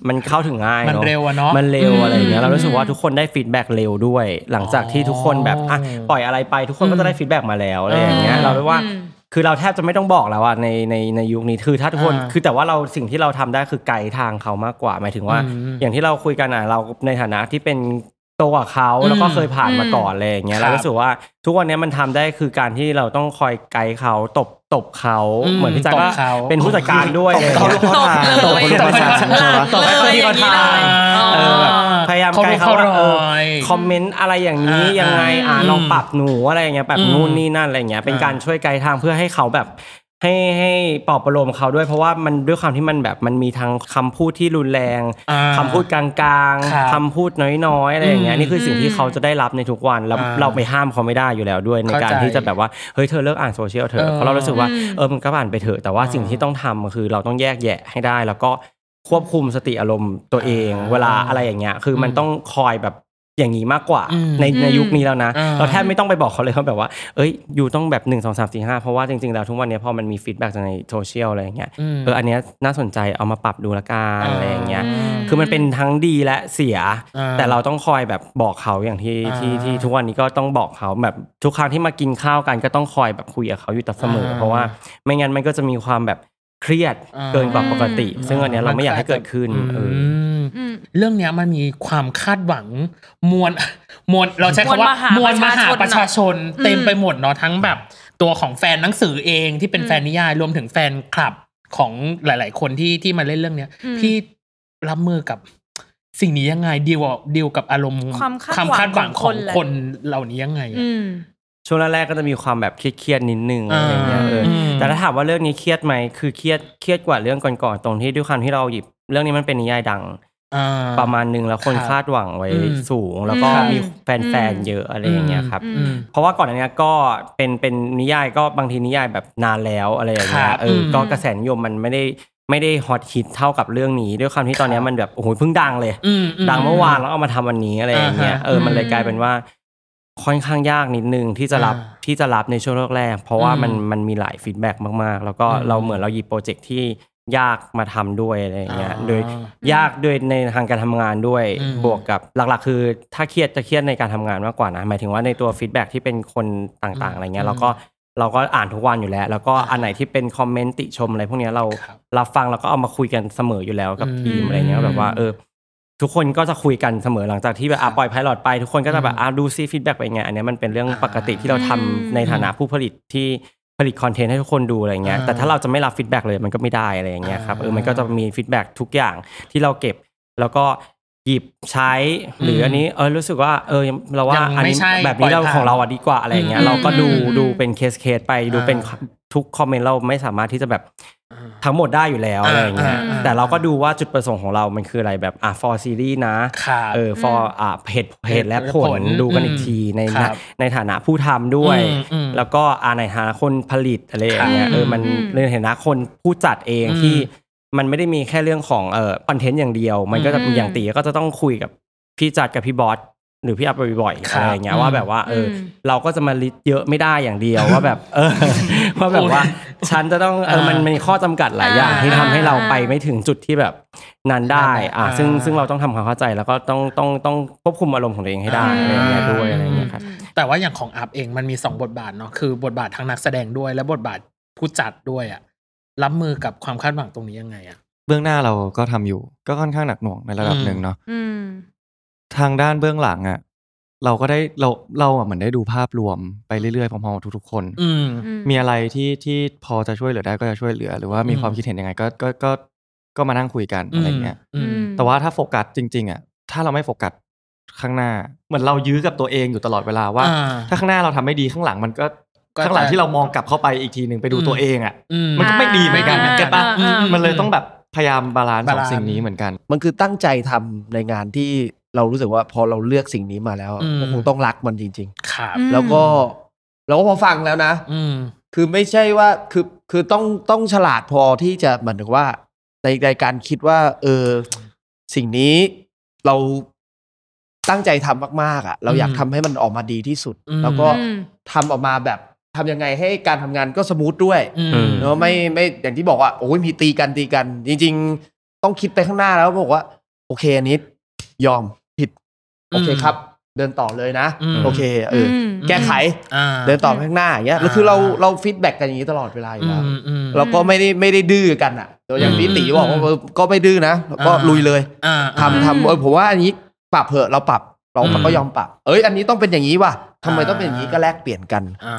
มันเข้าถึงง่าย มัน เนอะ เร็วอะเนาะ มันเร็วอะไรอย่างเงี้ยเรารู้สึกว่าทุกคนได้ฟีดแบ็กเร็วด้วย หลังจากที่ทุกคนแบบอ่ะ อ๋อ ปล่อยอะไรไปทุกคนก็จะได้ฟีดแบ็กมาแล้วอะไรอย่างเงี้ย อืม เราเลยว่า อืม คือเราแทบจะไม่ต้องบอกแล้วอ่ะในในในยุคนี้คือถ้าทุกคน อ่า คือแต่ว่าเราสิ่งที่เราทำได้คือไกด์ทางเขามากกว่าหมายถึงว่า อืม อย่างที่เราคุยกันอ่ะเราในฐานะที่เป็นโตกว่าเขาแล้วก็เคยผ่านมาก่อนอะไรอย่างเงี้ย ครั เรา บ รู้สึกว่าทุกวันเนี้ยมันทำได้คือการที่เราต้องคอยไกด์เขาตบตบเขา อืม เหมือนที่จัก ตบ ก็ เขา เป็นผู้จัดการด้วยอะไรอย่ง เขา งี้ย ลูกเขาทาง ตบตบ เลย ลูกเขาทาง ตบเลย ตบ เลยอย่างนี้เลยอ๋อ เออแบบพยายามไกลเขาว่าเออคอมเมนต์อะไรอย่างนี้ อ่ายั ยังไงอ่า อืม ลองปรับหนูอะไรอย่างเงี้ยแบบ อืม นู่นนี่นั่นอะไรอย่างเงี้ยเป็นการช่วยไกด์ทางเพื่อให้เขาแบบให้ให้ปลอบประโลมเขาด้วย เพราะว่ามันด้วยความที่มันแบบมันมีทั้งคำพูดที่รุนแรง อ่า คำพูดกลาง ครับ ๆคำพูดน้อยๆอะไรอย่างเงี้ย อืม นี่คือสิ่งที่เขาจะได้รับในทุกวันแล้ว อ่า เราไปห้ามเขาไม่ได้อยู่แล้วด้วย ในการ เข้าใจ ที่จะแบบว่าเฮ้ยเธอเลิกอ่านโซเชียลเธ เอออะเพราะเรารู้สึกว่า อืม เออมันก็ผ่านไปเถอะแต่ว่าสิ่งที่ต้องทำก็คือเราต้องแยกแยะให้ได้ แล้วก็ควบคุมสติอารมณ์ตัวเอง อ่า เวลาอะไรอย่างเงี้ยคือมัน อืม ต้องคอยแบบอย่างนี้มากกว่า อืม ในใน อืม ยุคนี้แล้วนะ อ่า เราแทบไม่ต้องไปบอกเขาเลยเขาแบบว่าเอ้ยอยู่ต้องแบบ1 2 3 4 5เพราะว่าจริงๆแล้วทุกวันเนี้ยพอมันมีฟีดแบ็กจากในโซเชียลอะไรอย่างเงี้ย อืม เอออันเนี้ยน่าสนใจเอามาปรับดูละกัน อ่า อะไรอย่างเงี้ยคือมันเป็นทั้งดีและเสีย อ่า แต่เราต้องคอยแบบบอกเขาอย่างที่ที่ อ่า ที่ทุกวันนี้ก็ต้องบอกเขาแบบทุกครั้งที่มากินข้าวกันก็ต้องคอยแบบคุยกับเขาอยู่ตลอด เสมอ อ่า เพราะว่าไม่งั้นมันก็จะมีความแบบเครียด อ่า เกินกว่าปกติ ซึ่งอันเนี้ยเราไม่อยากให้เกิดขึ้น อืม เออ อืม เรื่องเนี้ยมันมีความคาดหวังมวล มวลเราใช้คำว่าม มว ว ล ล ม ม หา หา ป ประ ระ ชา ชา ช ช น น เต็ม อืม ไปหมดเนาะทั้งแบบตัวของแฟนหนังสือเองที่เป็น อืม แฟนนิยายรวมถึงแฟนคลับของหลาย ๆ คนที่ที่มาเล่นเรื่องเนี้ย อืม พี่รับมือกับสิ่งนี้ยังไงดีวดีลกับอารมณ์ ความคาด วามคาดหวังหขวั อง งของ ค คน น เหล่านี้ยังไงอะ อืม ช่วงแรกๆก็จะมีความแบบเครียดๆนิดนึง อ่า อะไรเงี้ยเอออ ม แต่ถ้าถามว่าเรื่องนี้เครียดไหมคือเครียดเครียดกว่าเรื่องก่อนๆตรงที่ด้วยความที่เราหยิบ เรื่องนี้มันเป็นนิยายดัง อ่ ประมาณหนึงแล้วคน รับ คาดหวังไว้ อืม สูง แล้วก็ ครับ มีแฟนๆเยอะอะไรอย่างเงี้ยครับ อืม อืม เพราะว่าก่อนอันเนี้ยก็เป็นเป็นนิยายก็บางทีนิยายแบบนานแล้วอะไรอย่างเงี้ ครั ย บ เออ อืม ก็กระแสนิยมมันไม่ได้ไม่ได้ฮอตฮิตเท่ากับเรื่องนี้ ด้วยความที่ตอนเนี้ยมันแบบโอ้โหเพิ่งดังเลย อืมอืม ดังเมื่อวานแล้วเอามาทำวันนี้อะไรอย่างเงี้ย อ่าฮะ เออมันเลยกลายเป็นว่า ค่อนข้างยากนิดนึงที่จะรับ อ่า ที่จะรับในช่วงแรกๆเพราะว่า อืม มันมันมีหลายฟีดแบ็กมากๆ แล้วก็ อืม เราเหมือนเราหยิบโปรเจกต์ที่ ยากมาทำด้วยอะไรอย่างเงี้ย อ่า โดยยากด้วยในทางการทำงานด้วย อืม บวกกับหลักๆ คือถ้าเครียดจะเครียดในการทำงานมากกว่านะหมายถึงว่าในตัวฟีดแบ็ที่เป็นคนต่างๆอะไรเงี้ยเราก็เราก็อ่านทุกวันอยู่แล้ว แล้วก็อันไหนที่เป็นคอมเมนต์ติชมอะไรพวกเนี้ยเรารับฟังแล้วก็เอามาคุยกันเสมออยู่แล้วกับ อืม ทีมอะไรเงี้ยแบบว่าเออ ทุกคนก็จะคุยกันเสมอหลังจากที่แบบอ่ะปล่อยไพลอตไป ทุกคนก็จะแบบอ่ะดูซิฟีดแบ็กไปนไงอันเนี้ยมันเป็นเรื่องปกติที่เราทำ อืม ในฐานะผู้ผลิตที่ผลิตคอนเทนต์ให้ทุกคนดูอะไรเงี้ย อ่า แต่ถ้าเราจะไม่รับฟีดแบ็กเลยมันก็ไม่ได้อะไรอย่างเงี้ยครับเออ อ่ามั มันก็จะมีฟีดแบ็กทุกอย่างที่เราเก็บ แล้วก็หยิบใช้ หรืออันนี้เออรู้สึกว่าเออเราว่า ยัง อัน ไม่ นี้ ใช่ แบบนี้เรา ปล่อยผ่าน ของเราอ่ะดีกว่าอะไรอย่างเงี้ย อืม เราก็ดู อืม ดูเป็นเคสเคสไปดูเป็น อ่า ทุกคอมเมนต์เราไม่สามารถที่จะแบบทั้งหมดได้อยู่แล้วอะไรอย่างเงี้ย อ่าอ่าอ่า แต่เราก็ดูว่าจุดประสงค์ของเรามันคืออะไรแบบอ่ะ for series นะ ครับ เออ for อ่าเหตุเหตุและผ เหตุและผ ล ล ดูกันอีกทีใน ครั ใน บ ในฐานะผู้ทำด้วย อืมอืม แล้วก็อ่าในฐานะคนผลิตอะไรอย่างเงี้คยรับ เออมัน อืม ในฐานะคนผู้จัดเอง อืม ที่มันไม่ได้มีแค่เรื่องของเอ่อคอนเทนต์อย่างเดียว มันก็จะ อืม อย่างตีก็จะต้องคุยกับพี่จัดกับพี่บอสหรือพี่อัพบ่อยๆ ค อะ รับ ไรอย่างเงี้ย อืม ว่าแบบว่าเอออเราก็จะมาลิสต์เยอะไม่ได้อย่างเดียวว่าแบบเอ อว่าแบบว่าฉันจะต้องเออมันมีข้อจำกัดหลายอย่างที่ทำให้เราไปไม่ถึงจุดที่แบบนั้นได้อ่ะซึ่งซึ่ง เราต้องทำความเข้าใจแล้วก็ต้องต้องต้องควบคุมอารมณ์ของตัวเองให้ได้อะไรอย่างเงี้ยด้วยอะไรอย่างเงี้ยครับ แต่ว่าอย่างของอัพเองมันมีสองบทบาทเนาะคือบทบาททั้งนักแสดงด้วยและบทบาทผู้จัดด้วยอะรับมือกับความคาดหวังตรงนี้ยังไงอะ เบื้องหน้าเราก็ทำอยู่ ก็ค่อนข้างหนักหน่วงในระดับ อืม หนึ่งเนาะ อืม ทางด้านเบื้องหลังอ่ะเราก็ได้เราเราอ่ะเหมือนได้ดูภาพรวมไปเรื่อยๆพร้อมๆกับทุกๆคน อืม มีอะไรที่ที่พอจะช่วยเหลือได้ก็จะช่วยเหลือ หรือว่ามี อืม ความคิดเห็นยังไงก็ก็ก็ก็มานั่งคุยกัน อะ อะไรเงี้ย อืม แต่ว่าถ้าโฟกัสจริง ๆอ่ะถ้าเราไม่โฟกัสข้างหน้า เหมือนเรายื้อกับตัวเองอยู่ตลอดเวลาว่า อ่า ถ้าข้างหน้าเราทำไม่ดีข้างหลังมันก็ ก็จะ ข้างหลังที่เรามองกลับเข้าไปอีกทีหนึ่งไปดู อืม ตัวเองอ่ะ อืม มันก็ไม่ดีเหมือนกัน อ่า เก็ตปะ อ่าอ่ามั มันเลยต้องแบบพยายามบาลานซ์สอง บาลานซ์ สิ่งนี้เหมือนกัน มันคือตั้งใจทำในงานที่เรารู้สึกว่าพอเราเลือกสิ่งนี้มาแล้ว อืม เราคงต้องรักมันจริง ครับ ๆ แล้วก็เราก็พอฟังแล้วนะ อืม คือไม่ใช่ว่าคือคือต้องต้องฉลาดพอที่จะเหมือนถึงว่า ในในการคิดว่า เออ สิ่งนี้เราตั้งใจทำมากๆอ่ะ เราอยาก อืม ทำให้มันออกมาดีที่สุด อืม แล้วก็ อืม ทำออกมาแบบทำยังไงให้การทำงานก็สมูทด้วย อืม เนอะไม่ไม่อย่างที่บอกว่าโอ้ยมีตีกันตีกัน จริง ๆ ต้องคิดไปข้างหน้าแล้วบอกว่า โอเคอันนี้ยอมผิด โอเค อืม ครับ เดินต่อเลยนะ อืม โอเคเอออ ม แก้ไข อ่า เดินต่อไปข้างหน้าอย่างเงี้ยแล้วคือเราเราฟีดแบ็กกันอย่างนี้ตลอดเวลาอยู่แล้ว อืมอืม เราก็ไม่ได้ไม่ได้ดื้อกันอ่ะตัวอย่าง อืม พี่ตีบอกว่าเออก็ไม่ดื้อนะแล้วก็ อ่า ลุยเลย อ่า ทำ อ่า ทำเออผมว่าอันนี้ปรับเถอะเราปรับเรา อืม ก็ยอมปรับ เอ้ย อันนี้ต้องเป็นอย่างนี้ว่ะทำไมต้องเป็นอย่างนี้ก็แลกเปลี่ยนกัน อ่า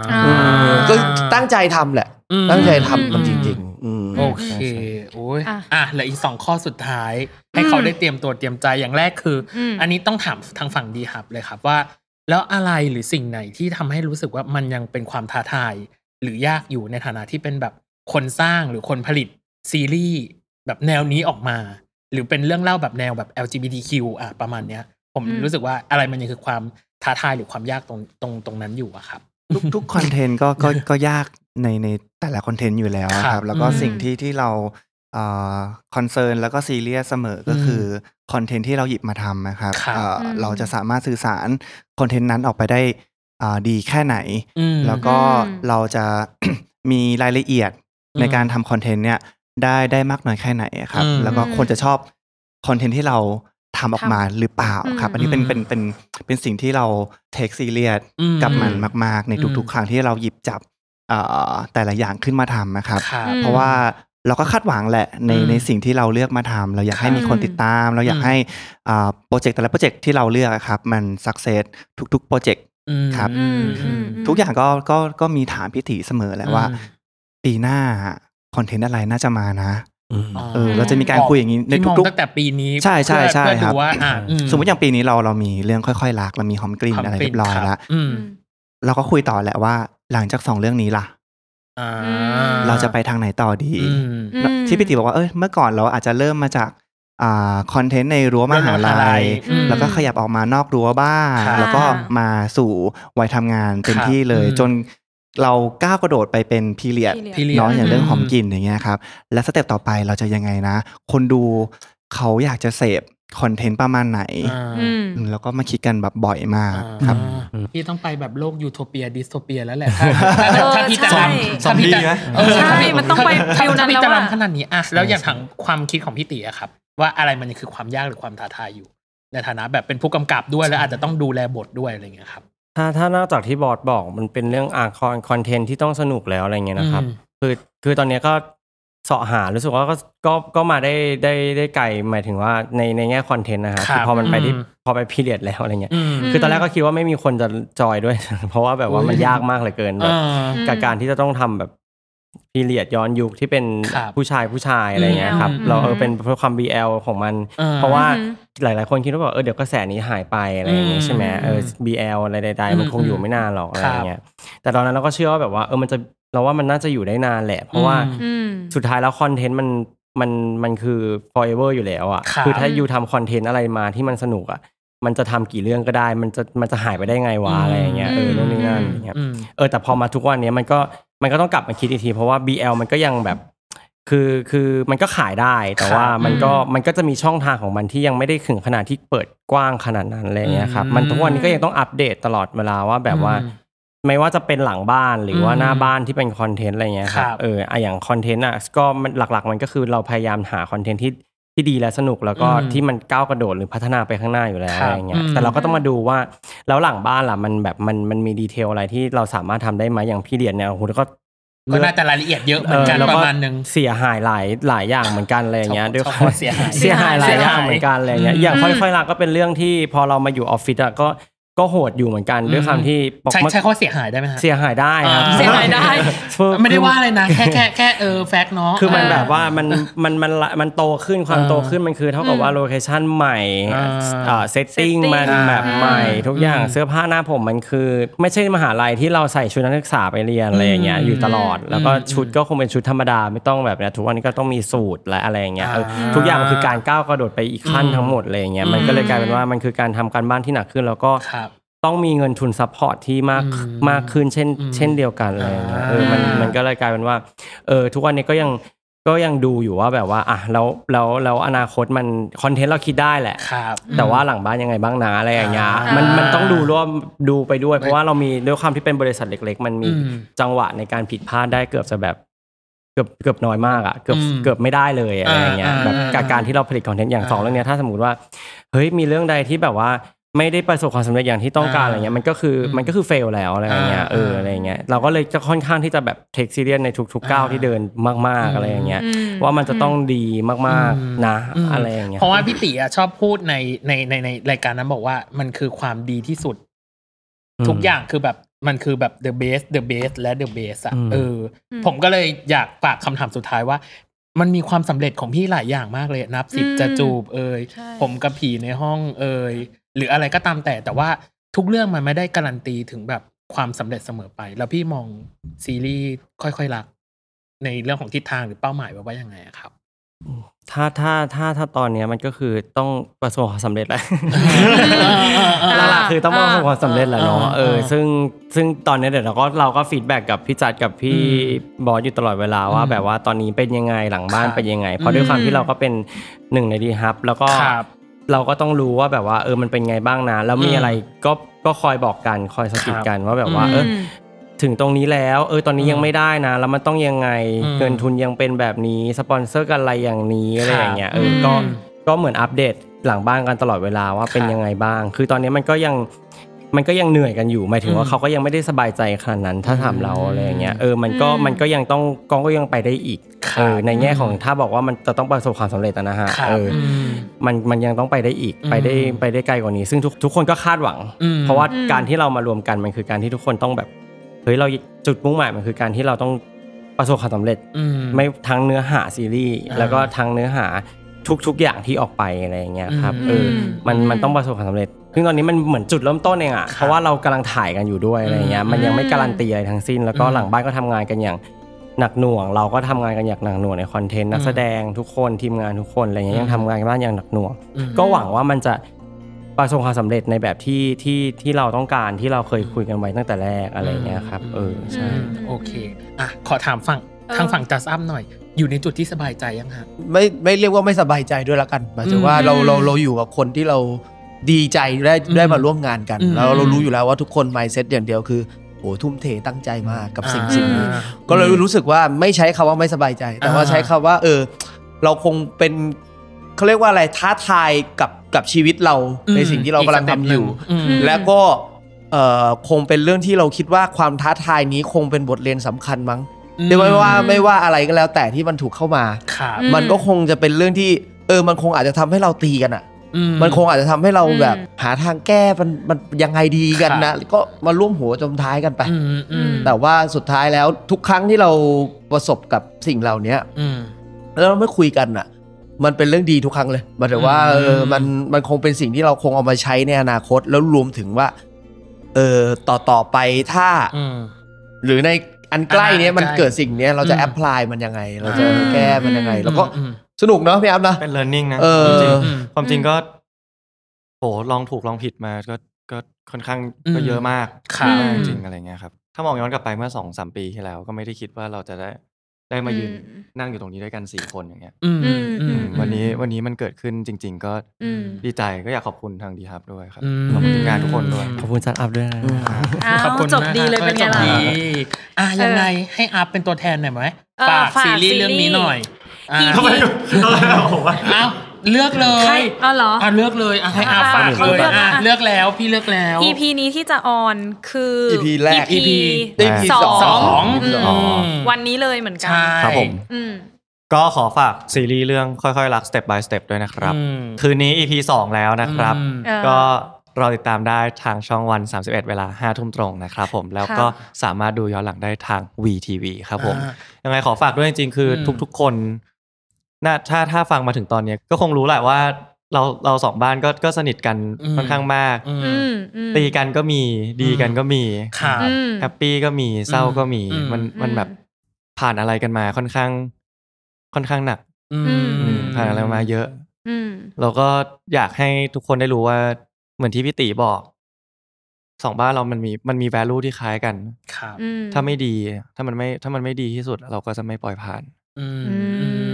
เออก็ตั้งใจทำแหละ อืม ตั้งใจทำมันจริง ๆ อืม โอเคโอ้ย อ่ะ อ่ะเหลืออีกสองข้อสุดท้าย ให้เขาได้เตรียมตัวเตรียมใจอย่างแรกคืออ ม อันนี้ต้องถามทางฝั่งดีฮับเลยครับว่า แล้วอะไรหรือสิ่งไหนที่ทำให้รู้สึกว่ามันยังเป็นความท้าทาย หรือยากอยู่ในฐานะที่เป็นแบบคนสร้างหรือคนผลิตซีรีส์แบบแนวนี้ออกมา หรือเป็นเรื่องเล่าแบบแนวแบบ LGBTQ อ่ะประมาณเนี้ย ผม อืม รู้สึกว่าอะไรมันยังคือความท้าทายหรือความยากตรงตรงตรงนั้นอยู่อะครับ ทุกทุกคอนเทนต์ก็ก็ก็ยากในในแต่ละคอนเทนต์อยู่แล้วอะค ครั รั บบ แล้วก็ อืม สิ่งที่ที่เราคอนเซิร์นแล้วก็ซีเรียสเสมอก็คือคอนเทนต์ที่เราหยิบมาทำนะครับ ครับ เอ่ออ ม เราจะสามารถสื่อสารคอนเทนต์นั้นออกไปได้อ่าดีแค่ไหน อืม แล้วก็ อืม เราจะ มีรายละเอียด อืม ในการทำคอนเทนต์เนี่ยได้ได้มากน้อยแค่ไหนอะครับ อืม แล้วก็คนจะชอบคอนเทนต์ที่เราทำออกมาหรือเปล่าครับ อันนี้เป็น อืม เป็นเป็นเป็นสิ่งที่เราเทคซีเรียส อืม กับมันมาก ๆ ในทุก อืม ๆ ครั้งที่เราหยิบจับเอ่อแต่ละอย่างขึ้นมาทำนะครับ ครับ อืม เพราะว่าเราก็คาดหวังแหละใน อืม ในสิ่งที่เราเลือกมาทำเราอยากให้ ครับ มีคนติดตาม เราอยา อื ก ม ให้โปรเจกต์แต่ละโปรเจกต์ที่เราเลือกอะครับ มันสักเซสทุก ๆ โปรเจกต์ อืม ครับ อืม อืม ทุกอย่างก็ก็ก็มีถามพิถีเสมอแหละว่า อืม ปีหน้าคอนเทนต์อะไรน่าจะมานะเออ ม เราจะมีการคุยอย่างนี้ใน ที่มอง ทุก ตั้งแต่ปีนี้ ใช่ใช่ เพื่อ ใช่ เพื่อ ครับ ดูว่าอ่ะม สมมติอย่างปีนี้เราเรามีเรื่องค่อยๆรักเรามีหอมกลิ่น ความ อะไรเรียบร้อย ป็นค แล้ว อืม เราก็คุยต่อแหละว่าหลังจากสองเรื่องนี้ล่ะ อ่า เราจะไปทางไหนต่อดี อืม ที่พี่ติบอกว่าเอ้ยเมื่อก่อนเราอาจจะเริ่มมาจากอ่าคอนเทนต์ในรั้วมหา รั้วมหาลั ลั ย ย อืม แล้วก็ขยับออกมานอกรั้วบ้าง ค่ะ แล้วก็มาสู่วัยทำงานเต็มที่เลย ครับ จนเราก้าวกระโดดไปเป็นพีเรียด period เน้องอย่างเรื่อง อืม หอมกลิ่นอย่างเงี้ยครับ และสเต็ปต่อไปเราจะยังไงนะ คนดูเขาอยากจะเสพ คอนเทนต์ประมาณไหน อ่า อืม อืมแล้วก็มาคิดกันแบบบ่อยมากครับ อ่าพี่ต้องไปแบบโลกยูโทเปียดิสโทเปียแล้วแหละถ้า ถ้าถ้าพี่จะ ใช่ รันถ้าพี่จะ ซอมบี้ไหม เออ ใช่มันต้องไปฟิ ถ้า ลนั้ ถ้านพี่ แล้ว จะรัน อะ ขนาดนี้อะแล้วอย่างทางความคิดของพี่ตีอะครับ ว่าอะไรมันคือความยากหรือความท้าทายอยู่ ในฐานะแบบเป็นผู้กำกับด้วยแล้วอาจจะต้องดูแลบทด้วยอะไรอย่างเงี้ยครับ ถ้าถ้านอกจากที่บอสบอกมันเป็นเรื่องอ่าคอนคอนเทนต์ที่ต้องสนุกแล้วอะไรเงี้ยนะครับ อืม คือคือตอนเนี้ยก็เสาะหารู้สึกว่าก็ก็ก็มาได้ได้ได้ไกลหมายถึงว่าในในแง่คอนเทนต์นะครับ ครับ คือพอมันไปที่ อืม พอไปพีเรียดแล้วอะไรเงี้ย อืม คือตอนแรกก็คิดว่าไม่มีคนจะจอยด้วย เพราะว่าแบบว่ามัน อุ๊ย ยากมากเหลือเกินแบบ อ่า กับการที่จะต้องทำแบบพีเรียดย้อนยุคที่เป็น ครับ ผู้ชายผู้ชายอะไรอย่างเงี้ยครับ อืม เราเออเป็นเพื่อความ BL ของมัน อ่า เพราะว่า อือหื หลายๆคนคิดว่าแบบเออเดี๋ยวกระแสนี้หายไปอะไรอย่างเงี้ยใช่ไหมเออ BL อะไรใดๆมันคงอยู่ไม่นานหรอก ครับอะไรอย่างเงี้ยแต่ตอนนั้นเราก็เชื่อว่าแบบว่าเออมันจะเราว่ามันน่าจะอยู่ได้นานแหละ เพราะว่า อืม สุดท้ายแล้วคอนเทนต์มันมันมันคือ forever อยู่แล้วอ่ะ ครับ อถ้าอยู่ทำคอนเทนต์อะไรมาที่มันสนุกอ่ะมันจะทำกี่เรื่องก็ได้ มันจะมันจะหายไปได้ไงวะอะไรอย่างเงี้ยเออนู่นนี่นั่นอย่างเงี้ย อืม เออแต่พอมาทุกวันเนี้ยมันก็มันก็ต้องกลับมาคิดอีกที เพราะว่า BL มันก็ยังแบบ คือคือมันก็ขายได้แต่ว่า ครับ มันก็มันก็จะมีช่องทางของมันที่ยังไม่ได้ถึงขนาดที่เปิดกว้างขนาดนั้นอะไรเงี้ยครับ อืม มันทุกวันนี้ก็ยังต้องอัปเดตตลอดเวลาว่าแบบว่า อืม ไม่ว่าจะเป็นหลังบ้านหรือว่า อืม หน้าบ้านที่เป็นคอนเทนต์อะไรเงี้ยครั ครับ บ เอออะอย่างคอนเทนต์อ่ะก็มันหลักๆ มันก็คือเราพยายามหาคอนเทนต์ที่ที่ดีและสนุกแล้วก็ อืม ที่มันก้าวกระโดดหรือพัฒนาไปข้างหน้าอยู่แล้ว ครับ อะไรเงี้ย อืม แต่เราก็ต้องมาดูว่า แล้วหลังบ้านล่ะมันแบบมันมันมีดีเทลอะไรที่เราสามารถทำได้ไหมอย่างพี่เดียนเนี่ยโอ้โหแล้วก็ ก็น่าจะรายละเอียดเยอะเหมือนกัน แล้ว ประมาณนึง เสียหายหลายหลายอย่างเหมือนกันอะไรอย่างเงี้ย ชอบ ด้วย ชอบ ความ เสียหาย เสียหายหลายอ เสีย ย่า หาง ย เหมือนกันอะไรอย่างเงี้ย อืม อย่างค่อยๆลักก็เป็นเรื่องที่พอเรามาอยู่ออฟฟิศอะก็ก็โหดอยู่เหมือนกันด้วย อืม ความที่ปก ใช้ ติ ใช้ข้อเสียหายได้ไหมฮะ เสียหายได้ครับ อ่า เสียหายได้ คือ ไม่ได้ว่า เลยนะ แค่แค่แค่เออแฟกต์เนาะ คือมันแบบว่ามันมันมันละมันโตขึ้นความ อ่า โตขึ้นมันคือเท่ากับว่าโลเคชันใหม่ อ่า เซตติ้ง setting มัน อ่า แบบใหม่ทุกอย่าง อืม เสื้อผ้าหน้าผมมันคือ ไม่ใช่มหาลัยที่เราใส่ชุดนักศึกษาไปเรียนอะไรอย่างเงี้ยอยู่ตลอด แล้วก็ชุดก็คงเป็นชุดธรรมดาไม่ต้องแบบนะทุกวันนี้ก็ต้องมีสูตรและอะไรอย่างเงี้ยเออทุกอย่างมันคือการก้าวกระโดดไปอีกขั้นทั้งหมดเลยอย่างเงี้ยมันก็เลยกลายเป็นว่ามันคือการทำการบ้านที่หนักขึ้นแล้วก็ ครับ ต้องมีเงินทุนซัพพอร์ตที่มาก อืม มากขึ้นเช่น อืม เช่นเดียวกันอะไรอย่างเงี้ยเออ อ่ามั มันมันก็เลยกลายเป็นว่าเออทุกวันนี้ก็ยังก็ยังดูอยู่ว่าแบบว่าอ่ะแล้วแล้วแล้วอนาคตมันคอนเทนต์เราคิดได้แหละ ครับ แต่ว่าหลังบ้านยังไงบ้างนะอะไรอย่างเงี้ย อ่ามั มันมันต้องดูร่วมดูไปด้วย เพราะว่าเรามีด้วยความที่เป็นบริษัทเล็ก ๆ มันมี อืม จังหวะในการผิดพลาดได้เกือบจะแบบเกือบเกือบน้อยมากอ่ะเกือบ อืม เกือบไม่ได้เลยอะไรอย่างเงี้ย อ่า แบบ อ่า กับการที่เราผลิตคอนเทนต์อย่างสอง อ่า เรื่องเนี้ยถ้าสมมติว่าเฮ้ยมีเรื่องใดที่แบบว่าไม่ได้ประสบความสำเร็จอย่างที่ต้องการ อ่า อะไรเงี้ยมันก็คืออ ม มันก็คือเฟลแล้วอะไรอย่างเงี้ย อ่า เอออะไรอย่างเงี้ยเราก็เลยจะค่อนข้างที่จะแบบเทคซีเรียสในทุกๆก้าวที่เดินมาก ๆอะไรอย่างเงี้ย อืม ว่ามันจะต้องดีมาก อืม ๆนะอะไรอย่างเงี้ย เพราะว่าพี่ติอะชอบพูดในในในในรายการนั้นบอกว่ามันคือความดีที่สุด อืม ทุกอย่างคือแบบมันคือแบบ the best the best และ the best อะ อืม เอออผมก็เลยอยากฝากคำถามสุดท้ายว่า มันมีความสำเร็จของพี่หลายอย่างมากเลยนับสิบ อืม จะจูบเอ่ย ใช่ ผมกับผีในห้องเอ่ยหรืออะไรก็ตามแต่แต่ว่าทุกเรื่องมันไม่ได้การันตีถึงแบบความสำเร็จเสมอไป แล้วพี่มองซีรีส์ค่อยๆรัก ในเรื่องของทิศทางหรือเป้าหมายไว้ว่ายังไงอะครับ ถ้าถ้าถ้าถ้าตอนเนี้ยมันก็คือต้องประสบความสำเร็จแหละ อ่า หลักๆคือต้องประสบความสำเร็จแหละเนาะ อ่า เออซึ่งซึ่งตอนเนี้ยเดี๋ยวเราก็เราก็ฟีดแบ็กกับพี่จัดกับพี่บอสอยู่ตลอดเวลาว่า อืม แบบว่าตอนนี้เป็นยังไงหลังบ้าน ครับ เป็นยังไง เพราะด้วยความที่เราก็เป็นหนึ่งในดีฮับแล้วก็ ครับ เราก็ต้องรู้ว่าแบบว่าเออมันเป็นไงบ้างนะ แล้วมี อืม อะไรก็ก็คอยบอกกันคอยสะกิด ครับ กันว่าแบบว่าเออ ถึงตรงนี้แล้วเออตอนนี้ยังไม่ได้นะ แล้วมันต้องยังไง อืม เงินทุนยังเป็นแบบนี้สปอนเซอร์กันอะไรอย่างนี้อะไร ครับ อย่างเงี้ยเอออก็ ม ก็เหมือนอัปเดตหลังบ้านกันตลอดเวลาว่าเป็นยังไงบ้าง คือตอนนี้มันก็ยังมันก็ยังเหนื่อยกันอยู่หมายถึง อื ว่าม เขาก็ยังไม่ได้สบายใจขนาดนั้นถ้าถามเราอะไรอย่างเงี้ยเออมันก็ อืม มันก็ยังต้องกองก็ยังไปได้อีก ครับ เออในแง่ของถ้าบอกว่ามันจะต้องประสบความสำเร็จอะนะฮะ ครับ เอออ ม มันมันยังต้องไปได้อีกไปได้ อืม ไปได้ไกลกว่านี้ ซึ่งทุกทุกคนก็คาดหวัง อืม เพราะว่า ว่าการที่เรามารวมกันมันคือการที่ทุกคนต้องแบบเฮ้ยเราจุดมุ่งหมายมันคือการที่เราต้องประสบความสำเร็จ อืม ไม่ทั้งเนื้อหาซีรีส์ อ่า แล้วก็ทั้งเนื้อหาทุก ๆ อย่างที่ออกไปอะไรอย่างเงี้ยครับ อืม เออมันมันต้องประสบความสำเร็จซึ่งตอนนี้มันเหมือนจุดเริ่มต้นเองอะเพราะว่าเรากำลังถ่ายกันอยู่ด้วยอะไรเงี้ยมันยังไม่การันตีอะไรทั้งสิ้น แล้วก็ อืม หลังบ้านก็ทำงานกันอย่างหนักหน่วง เราก็ทำงานกันอย่างหนักหน่วงในคอนเทนต์นักแสดงทุกคนทีมงานทุกคนอะไรเงี้ยยังทำงานกันบ้านอย่างหนักหน่วง อืม ก็หวังว่ามันจะประสบความสำเร็จในแบบที่ที่ที่เราต้องการที่เราเคยคุยกันไว้ตั้งแต่แรกอะไรเงี้ยครับเออใช่ อืมโอเค อ่ะ ขอถามฝั่งทางฝั่งจัสอัพหน่อย อยู่ในจุดที่สบายใจยังฮะ ไม่ไม่เรียกว่าไม่สบายใจด้วยละกันหมายถึงว่า อืม เราเราเราอยู่กับคนที่เราดีใจได้ อืม ได้มาร่วมงานกัน อืม แล้วเรารู้อยู่แล้วว่าทุกคนไมเซ็ตอย่างเดียวคือโอ้ทุ่มเทตั้งใจมากกับสิ่ง อ่า สิ่งนี้ก็เลยรู้สึกว่าไม่ใช้คำว่าไม่สบายใจ แต่ว่า อ่า ใช้คำว่า เออ เราคงเป็นเขาเรียกว่าอะไรท้าทายกับกับชีวิตเราในสิ่งที่เรากำลังทำอยู่ อืม แล้วก็เอ่อคงเป็นเรื่องที่เราคิดว่าความท้าทายนี้คงเป็นบทเรียนสำคัญมั้ง อืม เดี๋ยวไม่ว่าไม่ว่าอะไรก็แล้วแต่ที่มันถูกเข้ามา ครับ อืม มันก็คงจะเป็นเรื่องที่เออมันคงอาจจะทำให้เราตีกันอ่ะ อื มันคงอาจจะทำให้เรา อืม แบบหาทางแก้มันมันยังไงดีกัน ครับ นะก็มาร่วมหัวจมท้ายกันไป อืมอืม แต่ว่าสุดท้ายแล้วทุกครั้งที่เราประสบกับสิ่งเหล่านี้ อืม แล้วเราไม่คุยกันอ่ะ มันเป็นเรื่องดีทุกครั้งเลยหมันแต่ว่า อืม เออมันมันคงเป็นสิ่งที่เราคงเอามาใช้ในอนาคต แล้วรวมถึงว่า เออต่อต่อไปถ้า หรือในอันใกล้เนี้ย อันใกล้ มันเกิดสิ่งเนี้ยเราจะ อืม แอพพลายมันยังไง เราจะ อืม แก้มันยังไง แล้วก็ อืม สนุกเนาะพี่อัพนะ เป็น learning นะ เออ จริง อืม ๆความจริงก็โหลองถูกลองผิดมาก็ก็ค่อนข้าง อืม ก็เยอะมาก ค่ะ เยอะมากจริงๆอะไรเงี้ยครับ ถ้ามองย้อนกลับไปเมื่อสองสามปีที่แล้ว ก็ไม่ได้คิดว่าเราจะได้ได้มายืน อืม นั่งอยู่ตรงนี้ด้วยกันสี่คนอย่างเงี้ย อืมอืมอื อื ม มวันนี้วันนี้มันเกิดขึ้นจริง ๆ ก็ อืม ดีใจก็อยากขอบคุณทางดีฮับด้วยครับ อืม ขอบคุณทีมงานทุกคนด้วย ขอบคุณจัดอัพด้วยนะ อ้าว ขอบคุณ จบ มาก ดีเลย ครับ เป็นไงล่ะ จบดีอ่ะยังไงให้อัพเป็นตัวแทนหน่อยไหม เออ ฝาก ฝาก ซีรีส์เรื่องนี้หน่อยอ่ะ ซีรีส์ ทำไมดูอะไรอะผมว่า อ้าวเลือกเลย ใครเอาเหรออ่ อ่ะเลือกเลยอ่ะให้อัพฝาก เอา เล เลื ย อก อ่ะ อ่ะ เลือกแล้วพี่เลือกแล้ว EP นี้ที่จะออนคือ EP แรก EP EP สอง สอง อืม อืม วันนี้เลยเหมือนกั ใช่ ครับผม อืม ก็ขอฝากซีรีส์เรื่องค่อยๆรัก step by step ด้วยนะครับ อืม คืนนี้ EP 2 แล้วนะครับ อืม เออ ก็เราติดตามได้ทางช่องวัน 31 เวลา 5 ทุ่มตรงนะครับผม แล้วก็สามารถดูย้อนหลังได้ทาง VTV ครับผม อ่า ยังไงขอฝากด้วยจริงๆ คืออ ม ทุกๆ คนน่าถ้าถ้าฟังมาถึงตอนเนี้ยก็คงรู้แหละว่าเราเราสองบ้านก็ก็สนิทกัน อืม ค่อนข้างมาก อืม อืมอืม ตีกันก็มีดีกันก็มี ครับ อืม แฮปปี้ก็มีเศร้าก็มี อืม มันมัน อืม แบบผ่านอะไรกันมาค่อนข้าง ค่อนข้างหนัก อืม อืมผ่านอะไรมาเยอะ อืม เราก็อยากให้ทุกคนได้รู้ว่าเหมือนที่พี่ตีบอก สองบ้านเรามันมีมันมี value ที่คล้ายกัน ครับ อืม ถ้าไม่ดี ถ้ามันไม่ถ้ามันไม่ดีที่สุด เราก็จะไม่ปล่อยผ่าน อืม อื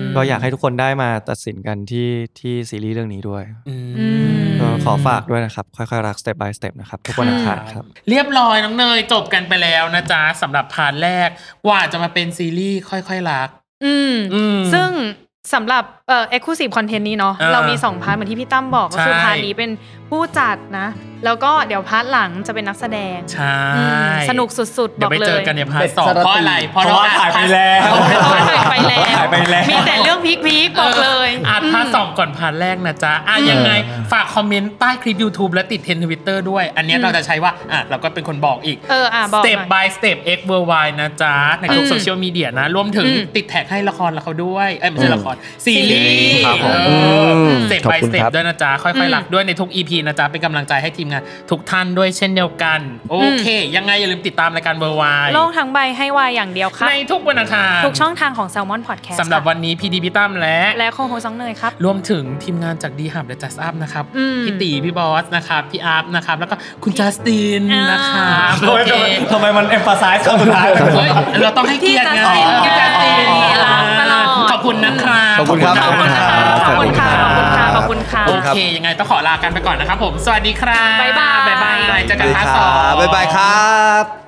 ม ก็อยากให้ทุกคนได้มาตัดสินกันที่ที่ซีรีส์เรื่องนี้ด้วย อืม อืม ก็ขอฝากด้วยนะครับ ค่อยๆรัก step by step นะครับทุกคนอังคารครับ เรียบร้อยน้องเนยจบกันไปแล้วนะจ๊ะสำหรับพาร์ทแรกกว่าจะมาเป็นซีรีส์ค่อยๆรัก อืม อืม ซึ่งสำหรับเอ่อ exclusive content นี้เนาะ อ่า เรามี 2 พาร์ทเหมือนที่พี่ตั้มบอก ก็คือ ใช่ พาร์ทนี้เป็นผู้จัดนะ แล้วก็เดี๋ยวพาร์ทหลังจะเป็นนักแสดง ใช่ อืมสนุกสุดๆ บ เดี๋ย อ ว ก ไป เล เจอยกันในพาร์ทสอง เด็ดสารติ เพราะเพอะไรราะว่าถ่ายไปแล้ว เพราะ เขา ว่า ถ่ายไปแล้ว ถ่ายไปแล้ว มีแต่เรื่องพีคๆบอกเลย อัดพาร์ทสองก่อนพาร์ทแรกนะจ๊ะอ่ะยังไงฝากคอมเมนต์ใต้คลิป YouTube และติดเทรนทวิตเตอร์ด้วย อันเนี้ยเราจะใช้ว่าอ่ะเราก็เป็นคนบอกอีก เอออ่ะบอกหสเต็ป น่อย บายสเต็ปเอ็กเวอร์ไวนะจ๊ะ ในทุกโซเชียลมีเดียนะ รวมถึง อืม ติดแท็กให้ละครเราเขาด้วย เอ้ย ไม่ใช่ละคร ซีรีส์ ครับผม เอออ ม สเต็ขอบบปาย คุ ส ณ เต็ป ครับ ด้วยนะจ๊ะ ค่ อื อย ม ๆ หลักด้วยในทุก EP นะจ๊ะ เป็นกำลังใจให้ทีมงาน ทุกท่านด้วยเช่นเดียวกัน โอเค ยังไงอย่าลืมติดตามรายการเวอร์ไว โลกทั้งใบให้วายอย่างเดียวครับ ในทุกวันอังคาร ทุกช่องทางของ Salmon Podcast สำหรับวันนี้พีดีพี่ตั้มและ และโคโฮซังเนยครับ รวมถึงทีมงานจากดีหับและจัสอัพนะครับ อืม พี่ตี พี่บอสนะครับ พี่อาร์ฟนะครับ แล้วก็คุณจัสตินนะครับ ทำ โอ ไม เค ทำไมมันเอมฟาไซส์คำสุดท้าย เฮ้ยเราต้องให้เกียรติไง ที่ พี่ จั จั ด ด เตรี เต็ ยม ม เนี่ยเราตลอด ขอบคุณนะครับ ขอบคุณครับ ขอบคุณนะครั ขอบ ขอบ คุ คุณ ณ ค่ะ ค่ะ ขอบคุณค่ะ ขอบคุณค่ะ โอเค ยังไงต้องขอลากันไปก่อนนะครับผม สวัสดีครับ บ๊ายบาย บ๊ายบายเจอกัน ดี พาร์ท ครั สอง บบ๊ายบายครับ